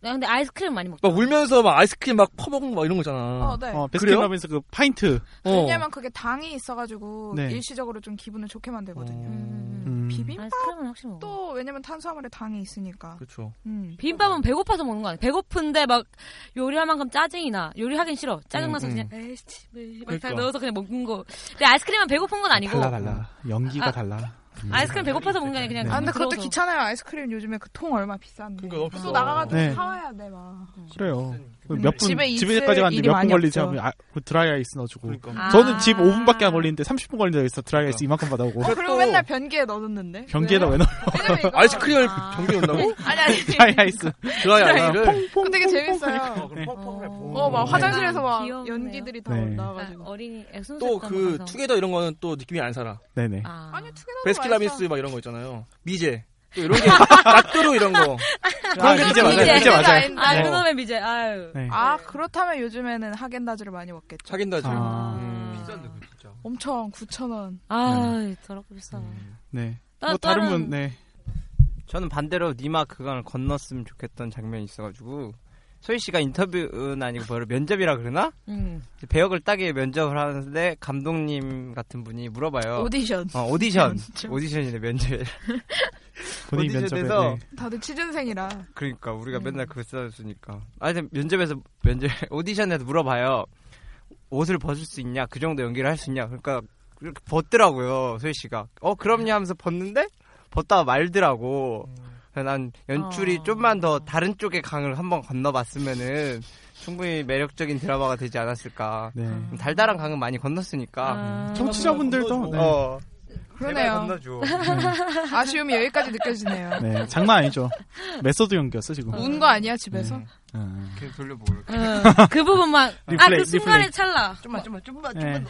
Speaker 3: 나 근데 아이스크림 많이 먹.
Speaker 5: 막 울면서 막 아이스크림 막 퍼먹은 막 이런 거잖아.
Speaker 1: 어, 네.
Speaker 2: 어, 베스킨라빈스 그 파인트.
Speaker 1: 왜냐면 그게 당이 있어가지고
Speaker 2: 네.
Speaker 1: 일시적으로 좀 기분을 좋게 만들거든요.
Speaker 2: 음.
Speaker 1: 비빔밥은 또 왜냐면 탄수화물에 당이 있으니까. 음.
Speaker 5: 그렇죠.
Speaker 3: 비빔밥은 배고파서 먹는 거 아니야? 배고픈데 막 요리할 만큼 짜증이 나. 요리하긴 싫어. 짜증나서
Speaker 2: 음, 음.
Speaker 3: 그냥 에이씨, 뭐, 막다
Speaker 2: 그러니까.
Speaker 3: 넣어서 그냥 먹는 거. 근데 아이스크림은 배고픈 건 아니고.
Speaker 2: 달라 네. 달라. 연기가
Speaker 3: 아,
Speaker 2: 달라.
Speaker 3: 아이스크림 배고파서 먹는 게 아니라 그냥.
Speaker 1: 아 근데 그것도
Speaker 3: 부러워서.
Speaker 1: 귀찮아요. 아이스크림 요즘에 그 통 얼마 비싼데.
Speaker 5: 그러니까
Speaker 1: 또 나가가지고
Speaker 2: 네.
Speaker 1: 사와야 돼 막.
Speaker 2: 그래요.
Speaker 5: 네.
Speaker 2: 몇 분,
Speaker 1: 집에 있을
Speaker 2: 집에까지
Speaker 1: 일이
Speaker 2: 갔는데 몇 분
Speaker 1: 많이
Speaker 2: 걸리지
Speaker 1: 없죠.
Speaker 2: 하면 아, 그 드라이 아이스 넣어주고.
Speaker 1: 아.
Speaker 2: 저는 집 5분밖에 안 걸리는데 30분 걸린다고 해서 드라이 아이스 이만큼 받아오고.
Speaker 1: 어, 그리고 맨날 변기에 넣어뒀는데.
Speaker 2: 뭐 변기에다 왜 넣어?
Speaker 5: 아이스크림을 변기에 넣는다고?
Speaker 1: 아니 아니.
Speaker 2: 드라이 아이스.
Speaker 3: 네.
Speaker 5: 드라이 아이를?
Speaker 1: 그 되게 재밌어요. 어
Speaker 2: 네.
Speaker 1: 막 화장실에서 막 연기들이 다
Speaker 5: 네.
Speaker 1: 올라와가지고.
Speaker 3: 뭐. 아, 어린이
Speaker 5: 또 그 투게더 이런 거는 또 느낌이 안 살아.
Speaker 2: 네네.
Speaker 1: 아니 투게더
Speaker 5: 베스킨라빈스 막 이런 거 있잖아요. 미제. 또 이런 게 낙두루 이런 거. 그런
Speaker 2: 아,
Speaker 5: 게
Speaker 2: 미제
Speaker 5: 또
Speaker 2: 맞아요.
Speaker 5: 있어요.
Speaker 2: 미제 맞아요.
Speaker 3: 아,
Speaker 5: 네.
Speaker 3: 그놈의 미제. 아유.
Speaker 2: 네.
Speaker 1: 아 그렇다면 요즘에는 하겐다즈를 많이 먹겠죠.
Speaker 5: 하겐다즈. 음.
Speaker 2: 아.
Speaker 1: 음.
Speaker 5: 비싼데 진짜.
Speaker 1: 엄청 9천 원.
Speaker 3: 아 더럽고 비싸.
Speaker 2: 네.
Speaker 1: 또 뭐 다른 다른- 분,
Speaker 2: 네.
Speaker 10: 저는 반대로 니마 그강을 건넜으면 좋겠던 장면이 있어가지고 소희 씨가 인터뷰는 아니고 뭐를 면접이라 그러나
Speaker 2: 네.
Speaker 3: 음.
Speaker 10: 배역을 따기 위해 면접을 하는데 감독님 같은 분이 물어봐요.
Speaker 1: 오디션.
Speaker 10: 어, 오디션.
Speaker 1: 면접.
Speaker 10: 오디션이네 면접.
Speaker 2: 본인 면접에, 네.
Speaker 1: 다들 취준생이라.
Speaker 10: 그러니까
Speaker 1: 네.
Speaker 10: 우리가 맨날 그걸 써줬으니까. 하여튼 면접에서 면접 오디션에서 물어봐요. 옷을 벗을 수 있냐? 그 정도 연기를 할 수 있냐? 그러니까 이렇게 벗더라고요 소희 씨가. 어 그럼요 하면서 벗는데
Speaker 8: 벗다가 말더라고. 그래서 난 연출이
Speaker 1: 아.
Speaker 11: 어.
Speaker 8: 좀만 더 다른 쪽의 강을 한번 건너봤으면은 충분히 매력적인 드라마가 되지 않았을까. 달달한 강은 많이 건넜으니까.
Speaker 2: 네. 아,
Speaker 3: 아, 뭐,
Speaker 2: 청취자분들도 네.
Speaker 8: 어,
Speaker 1: 아. 그러네요.
Speaker 8: 건너줘.
Speaker 1: 아쉬움이 여기까지 느껴지네요.
Speaker 2: 네, 장난 아니죠. 메소드 연기였어 지금. 네.
Speaker 1: 운 거 아니야 네. 집에서?
Speaker 8: 그냥 돌려보고.
Speaker 3: 어, 그 부분만 아
Speaker 2: 리플레이,
Speaker 3: 그 순간에
Speaker 2: 리플레이.
Speaker 3: 찰나
Speaker 5: 좀만 좀만 좀만
Speaker 2: 좀만.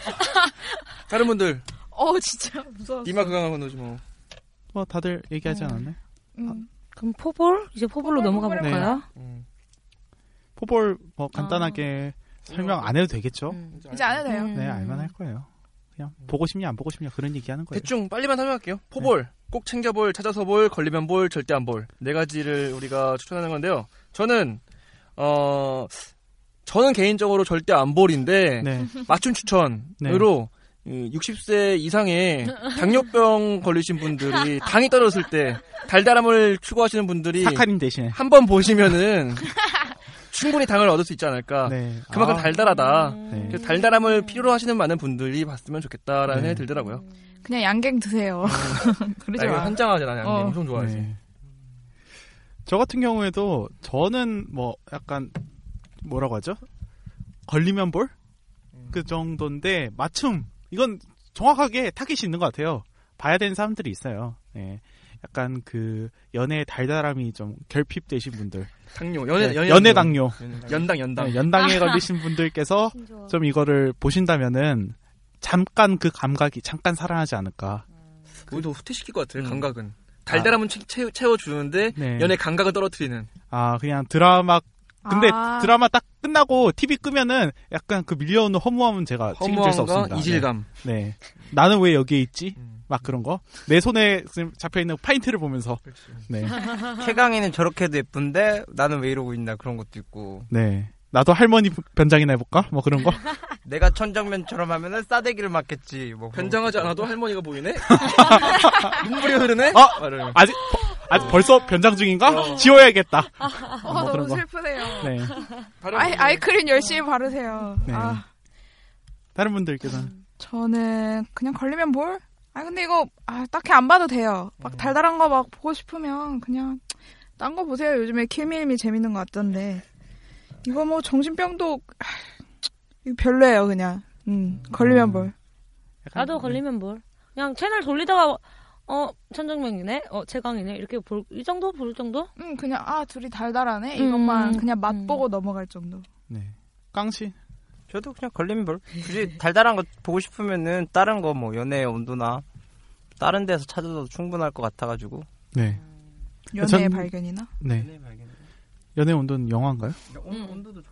Speaker 5: 다른 분들
Speaker 3: 어 진짜 무서워
Speaker 5: 이마 그강한 건너지 뭐.
Speaker 2: 뭐 다들 얘기하지
Speaker 1: 음.
Speaker 2: 않았나요?
Speaker 3: 그럼 포볼 이제 음. 포볼로 넘어가
Speaker 2: 네.
Speaker 3: 볼까요?
Speaker 5: 음.
Speaker 2: 포볼 뭐 간단하게
Speaker 1: 아.
Speaker 2: 설명
Speaker 5: 음.
Speaker 2: 안 해도 되겠죠?
Speaker 3: 음.
Speaker 1: 이제 안 해도 돼요.
Speaker 2: 네, 알만할 거예요. 그냥 보고 싶냐 안 보고 싶냐 그런 얘기하는 거예요.
Speaker 5: 대충 빨리만
Speaker 2: 네.
Speaker 5: 설명할게요. 포볼 꼭 챙겨볼 찾아서 볼 걸리면 볼 절대 안볼네 가지를 우리가 추천하는 건데요. 저는 어 저는 개인적으로 절대 안 볼인데
Speaker 2: 네.
Speaker 5: 맞춤 추천으로 60세 이상의 당뇨병 걸리신 분들이 당이 떨어졌을 때 달달함을 추구하시는 분들이
Speaker 2: 사카린 대신에.
Speaker 5: 한 번 보시면은 충분히 당을 얻을 수 있지 않을까. 그만큼
Speaker 2: 아.
Speaker 5: 달달하다. 그래서 달달함을 필요로 하시는 많은 분들이 봤으면 좋겠다라는
Speaker 2: 네.
Speaker 5: 생각이 들더라고요.
Speaker 1: 그냥 양갱 드세요. 그러지
Speaker 5: 나 이거
Speaker 1: 마.
Speaker 5: 한장하자 나 양갱
Speaker 1: 어.
Speaker 5: 엄청 좋아하지.
Speaker 2: 네. 저 같은 경우에도 저는 뭐 약간 뭐라고 하죠? 걸리면 볼?
Speaker 5: 음.
Speaker 2: 그 정도인데 맞춤 이건 정확하게 타깃이 있는 것 같아요. 봐야 되는 사람들이 있어요. 예. 약간 그 연애의 달달함이 좀 결핍되신 분들
Speaker 5: 당뇨, 연애-
Speaker 2: 네,
Speaker 5: 연애
Speaker 2: 연애
Speaker 5: 당뇨.
Speaker 2: 당뇨
Speaker 5: 연당, 연당.
Speaker 2: 네, 연당에 걸리신 분들께서 좀 이거를 보신다면은 잠깐 그 감각이 잠깐 살아나지 않을까
Speaker 5: 우리도 후퇴시킬 것 같아요. 감각은. 달달함은 채, 워주는데
Speaker 2: 음. 네.
Speaker 5: 연애 감각은 떨어뜨리는.
Speaker 2: 아 그냥 드라마 근데
Speaker 5: 아.
Speaker 2: 드라마 딱 끝나고 TV 끄면은 약간 그 밀려오는 허무함은 제가 책임질 아, 수
Speaker 5: 허무함과
Speaker 2: 없습니다.
Speaker 5: 이질감.
Speaker 2: 네. 네. 나는 왜 여기에 있지? 막 그런 거. 내 손에 지금 잡혀 있는 파인트를 보면서. 네.
Speaker 8: 최강희는 저렇게도 예쁜데 나는 왜 이러고 있나 그런 것도 있고.
Speaker 2: 네. 나도 할머니 변장이나 해볼까? 뭐 그런 거.
Speaker 8: 내가 천정면처럼 하면은 싸대기를 맞겠지. 뭐 그런
Speaker 5: 변장하지
Speaker 8: 것도 있고.
Speaker 5: 않아도 할머니가 보이네? 눈물이 흐르네?
Speaker 2: 어?
Speaker 5: 말을.
Speaker 2: 아직 버- 아직 벌써 변장 중인가? 지워야겠다.
Speaker 1: 어,
Speaker 2: 뭐 그런
Speaker 1: 너무
Speaker 2: 거.
Speaker 1: 슬프네요.
Speaker 2: 네.
Speaker 1: 아이, 아이크림 열심히 바르세요.
Speaker 2: 네.
Speaker 1: 아,
Speaker 2: 다른
Speaker 3: 음.
Speaker 2: 분들께서는
Speaker 1: 저는 그냥 걸리면 뭘? 아 근데 이거 아, 딱히 안 봐도 돼요.
Speaker 2: 음.
Speaker 1: 막 달달한 거 막 보고 싶으면 그냥 딴 거 보세요. 요즘에 킬미림이 재밌는 것 같던데 이거 뭐 정신병도 아, 이거 별로예요 그냥. 음 걸리면 뭘?
Speaker 3: 나도 걸리면 뭘 그냥 채널 돌리다가 어 천정명이네 어 최강이네 이렇게 볼 이 정도 볼 정도
Speaker 1: 음 그냥 아 둘이 달달하네 이것만
Speaker 3: 음.
Speaker 1: 그냥 맛보고 넘어갈 정도.
Speaker 2: 네. 깡씨.
Speaker 8: 저도 그냥 걸리면 뭘 굳이 달달한 거 보고 싶으면은 다른 거 뭐 연애의 온도나 다른 데서 찾아도 충분할 것 같아가지고
Speaker 2: 네.
Speaker 1: 연애의 발견이나?
Speaker 2: 네. 연애 온도는 영화인가요?
Speaker 8: 온도도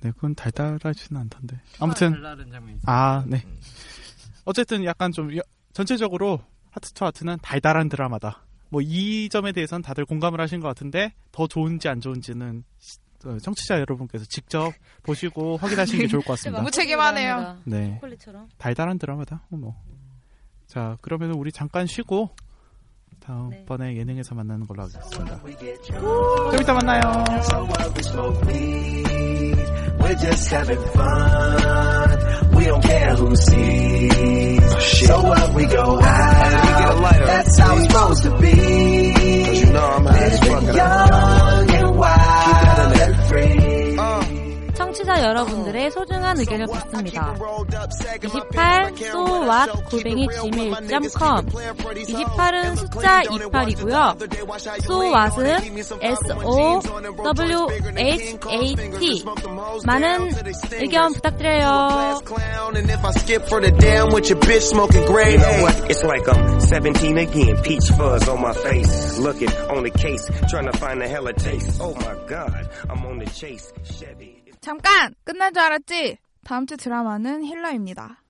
Speaker 2: 네, 그건 달달하지는 않던데. 아무튼 네.
Speaker 8: 달달한 장면이 있어요.
Speaker 2: 아, 네. 어쨌든 약간 좀 여- 전체적으로 하트 투 하트는 달달한 드라마다. 뭐 이 점에 대해서는 다들 공감을 하신 것 같은데 더 좋은지 안 좋은지는 시- 어, 청취자 여러분께서 직접 보시고 확인하시는 게 좋을
Speaker 3: 네,
Speaker 2: 것 같습니다.
Speaker 1: 무책임하네요.
Speaker 2: 네.
Speaker 3: 초콜릿처럼
Speaker 2: 달달한 드라마다. 어, 뭐. 자, 그러면 우리 잠깐 쉬고 다음번에 예능에서 만나는 걸로 하겠습니다.
Speaker 4: 좀 이따 만나요. We're just having fun. We don't care who sees. So what we go out. That's how it's supposed to be. Cause you know I'm high as fuck. Young and wild and free.
Speaker 3: 청취자 여러분들의 소중한 의견을 받습니다. 28 so what 골뱅이 gmail.com 28은 숫자 28이고요. so what은 s o w h a t 많은 의견 부탁드려요.
Speaker 4: And if I skip for the damn with your bitch smoking gray.
Speaker 12: You know what? It's like I'm 17 again. Peach fuzz on my face. Looking on the case. Trying to find a hella taste. Oh my god. I'm on the chase. Chevy.
Speaker 1: 잠깐 끝난 줄 알았지? 다음 주 드라마는 힐러입니다.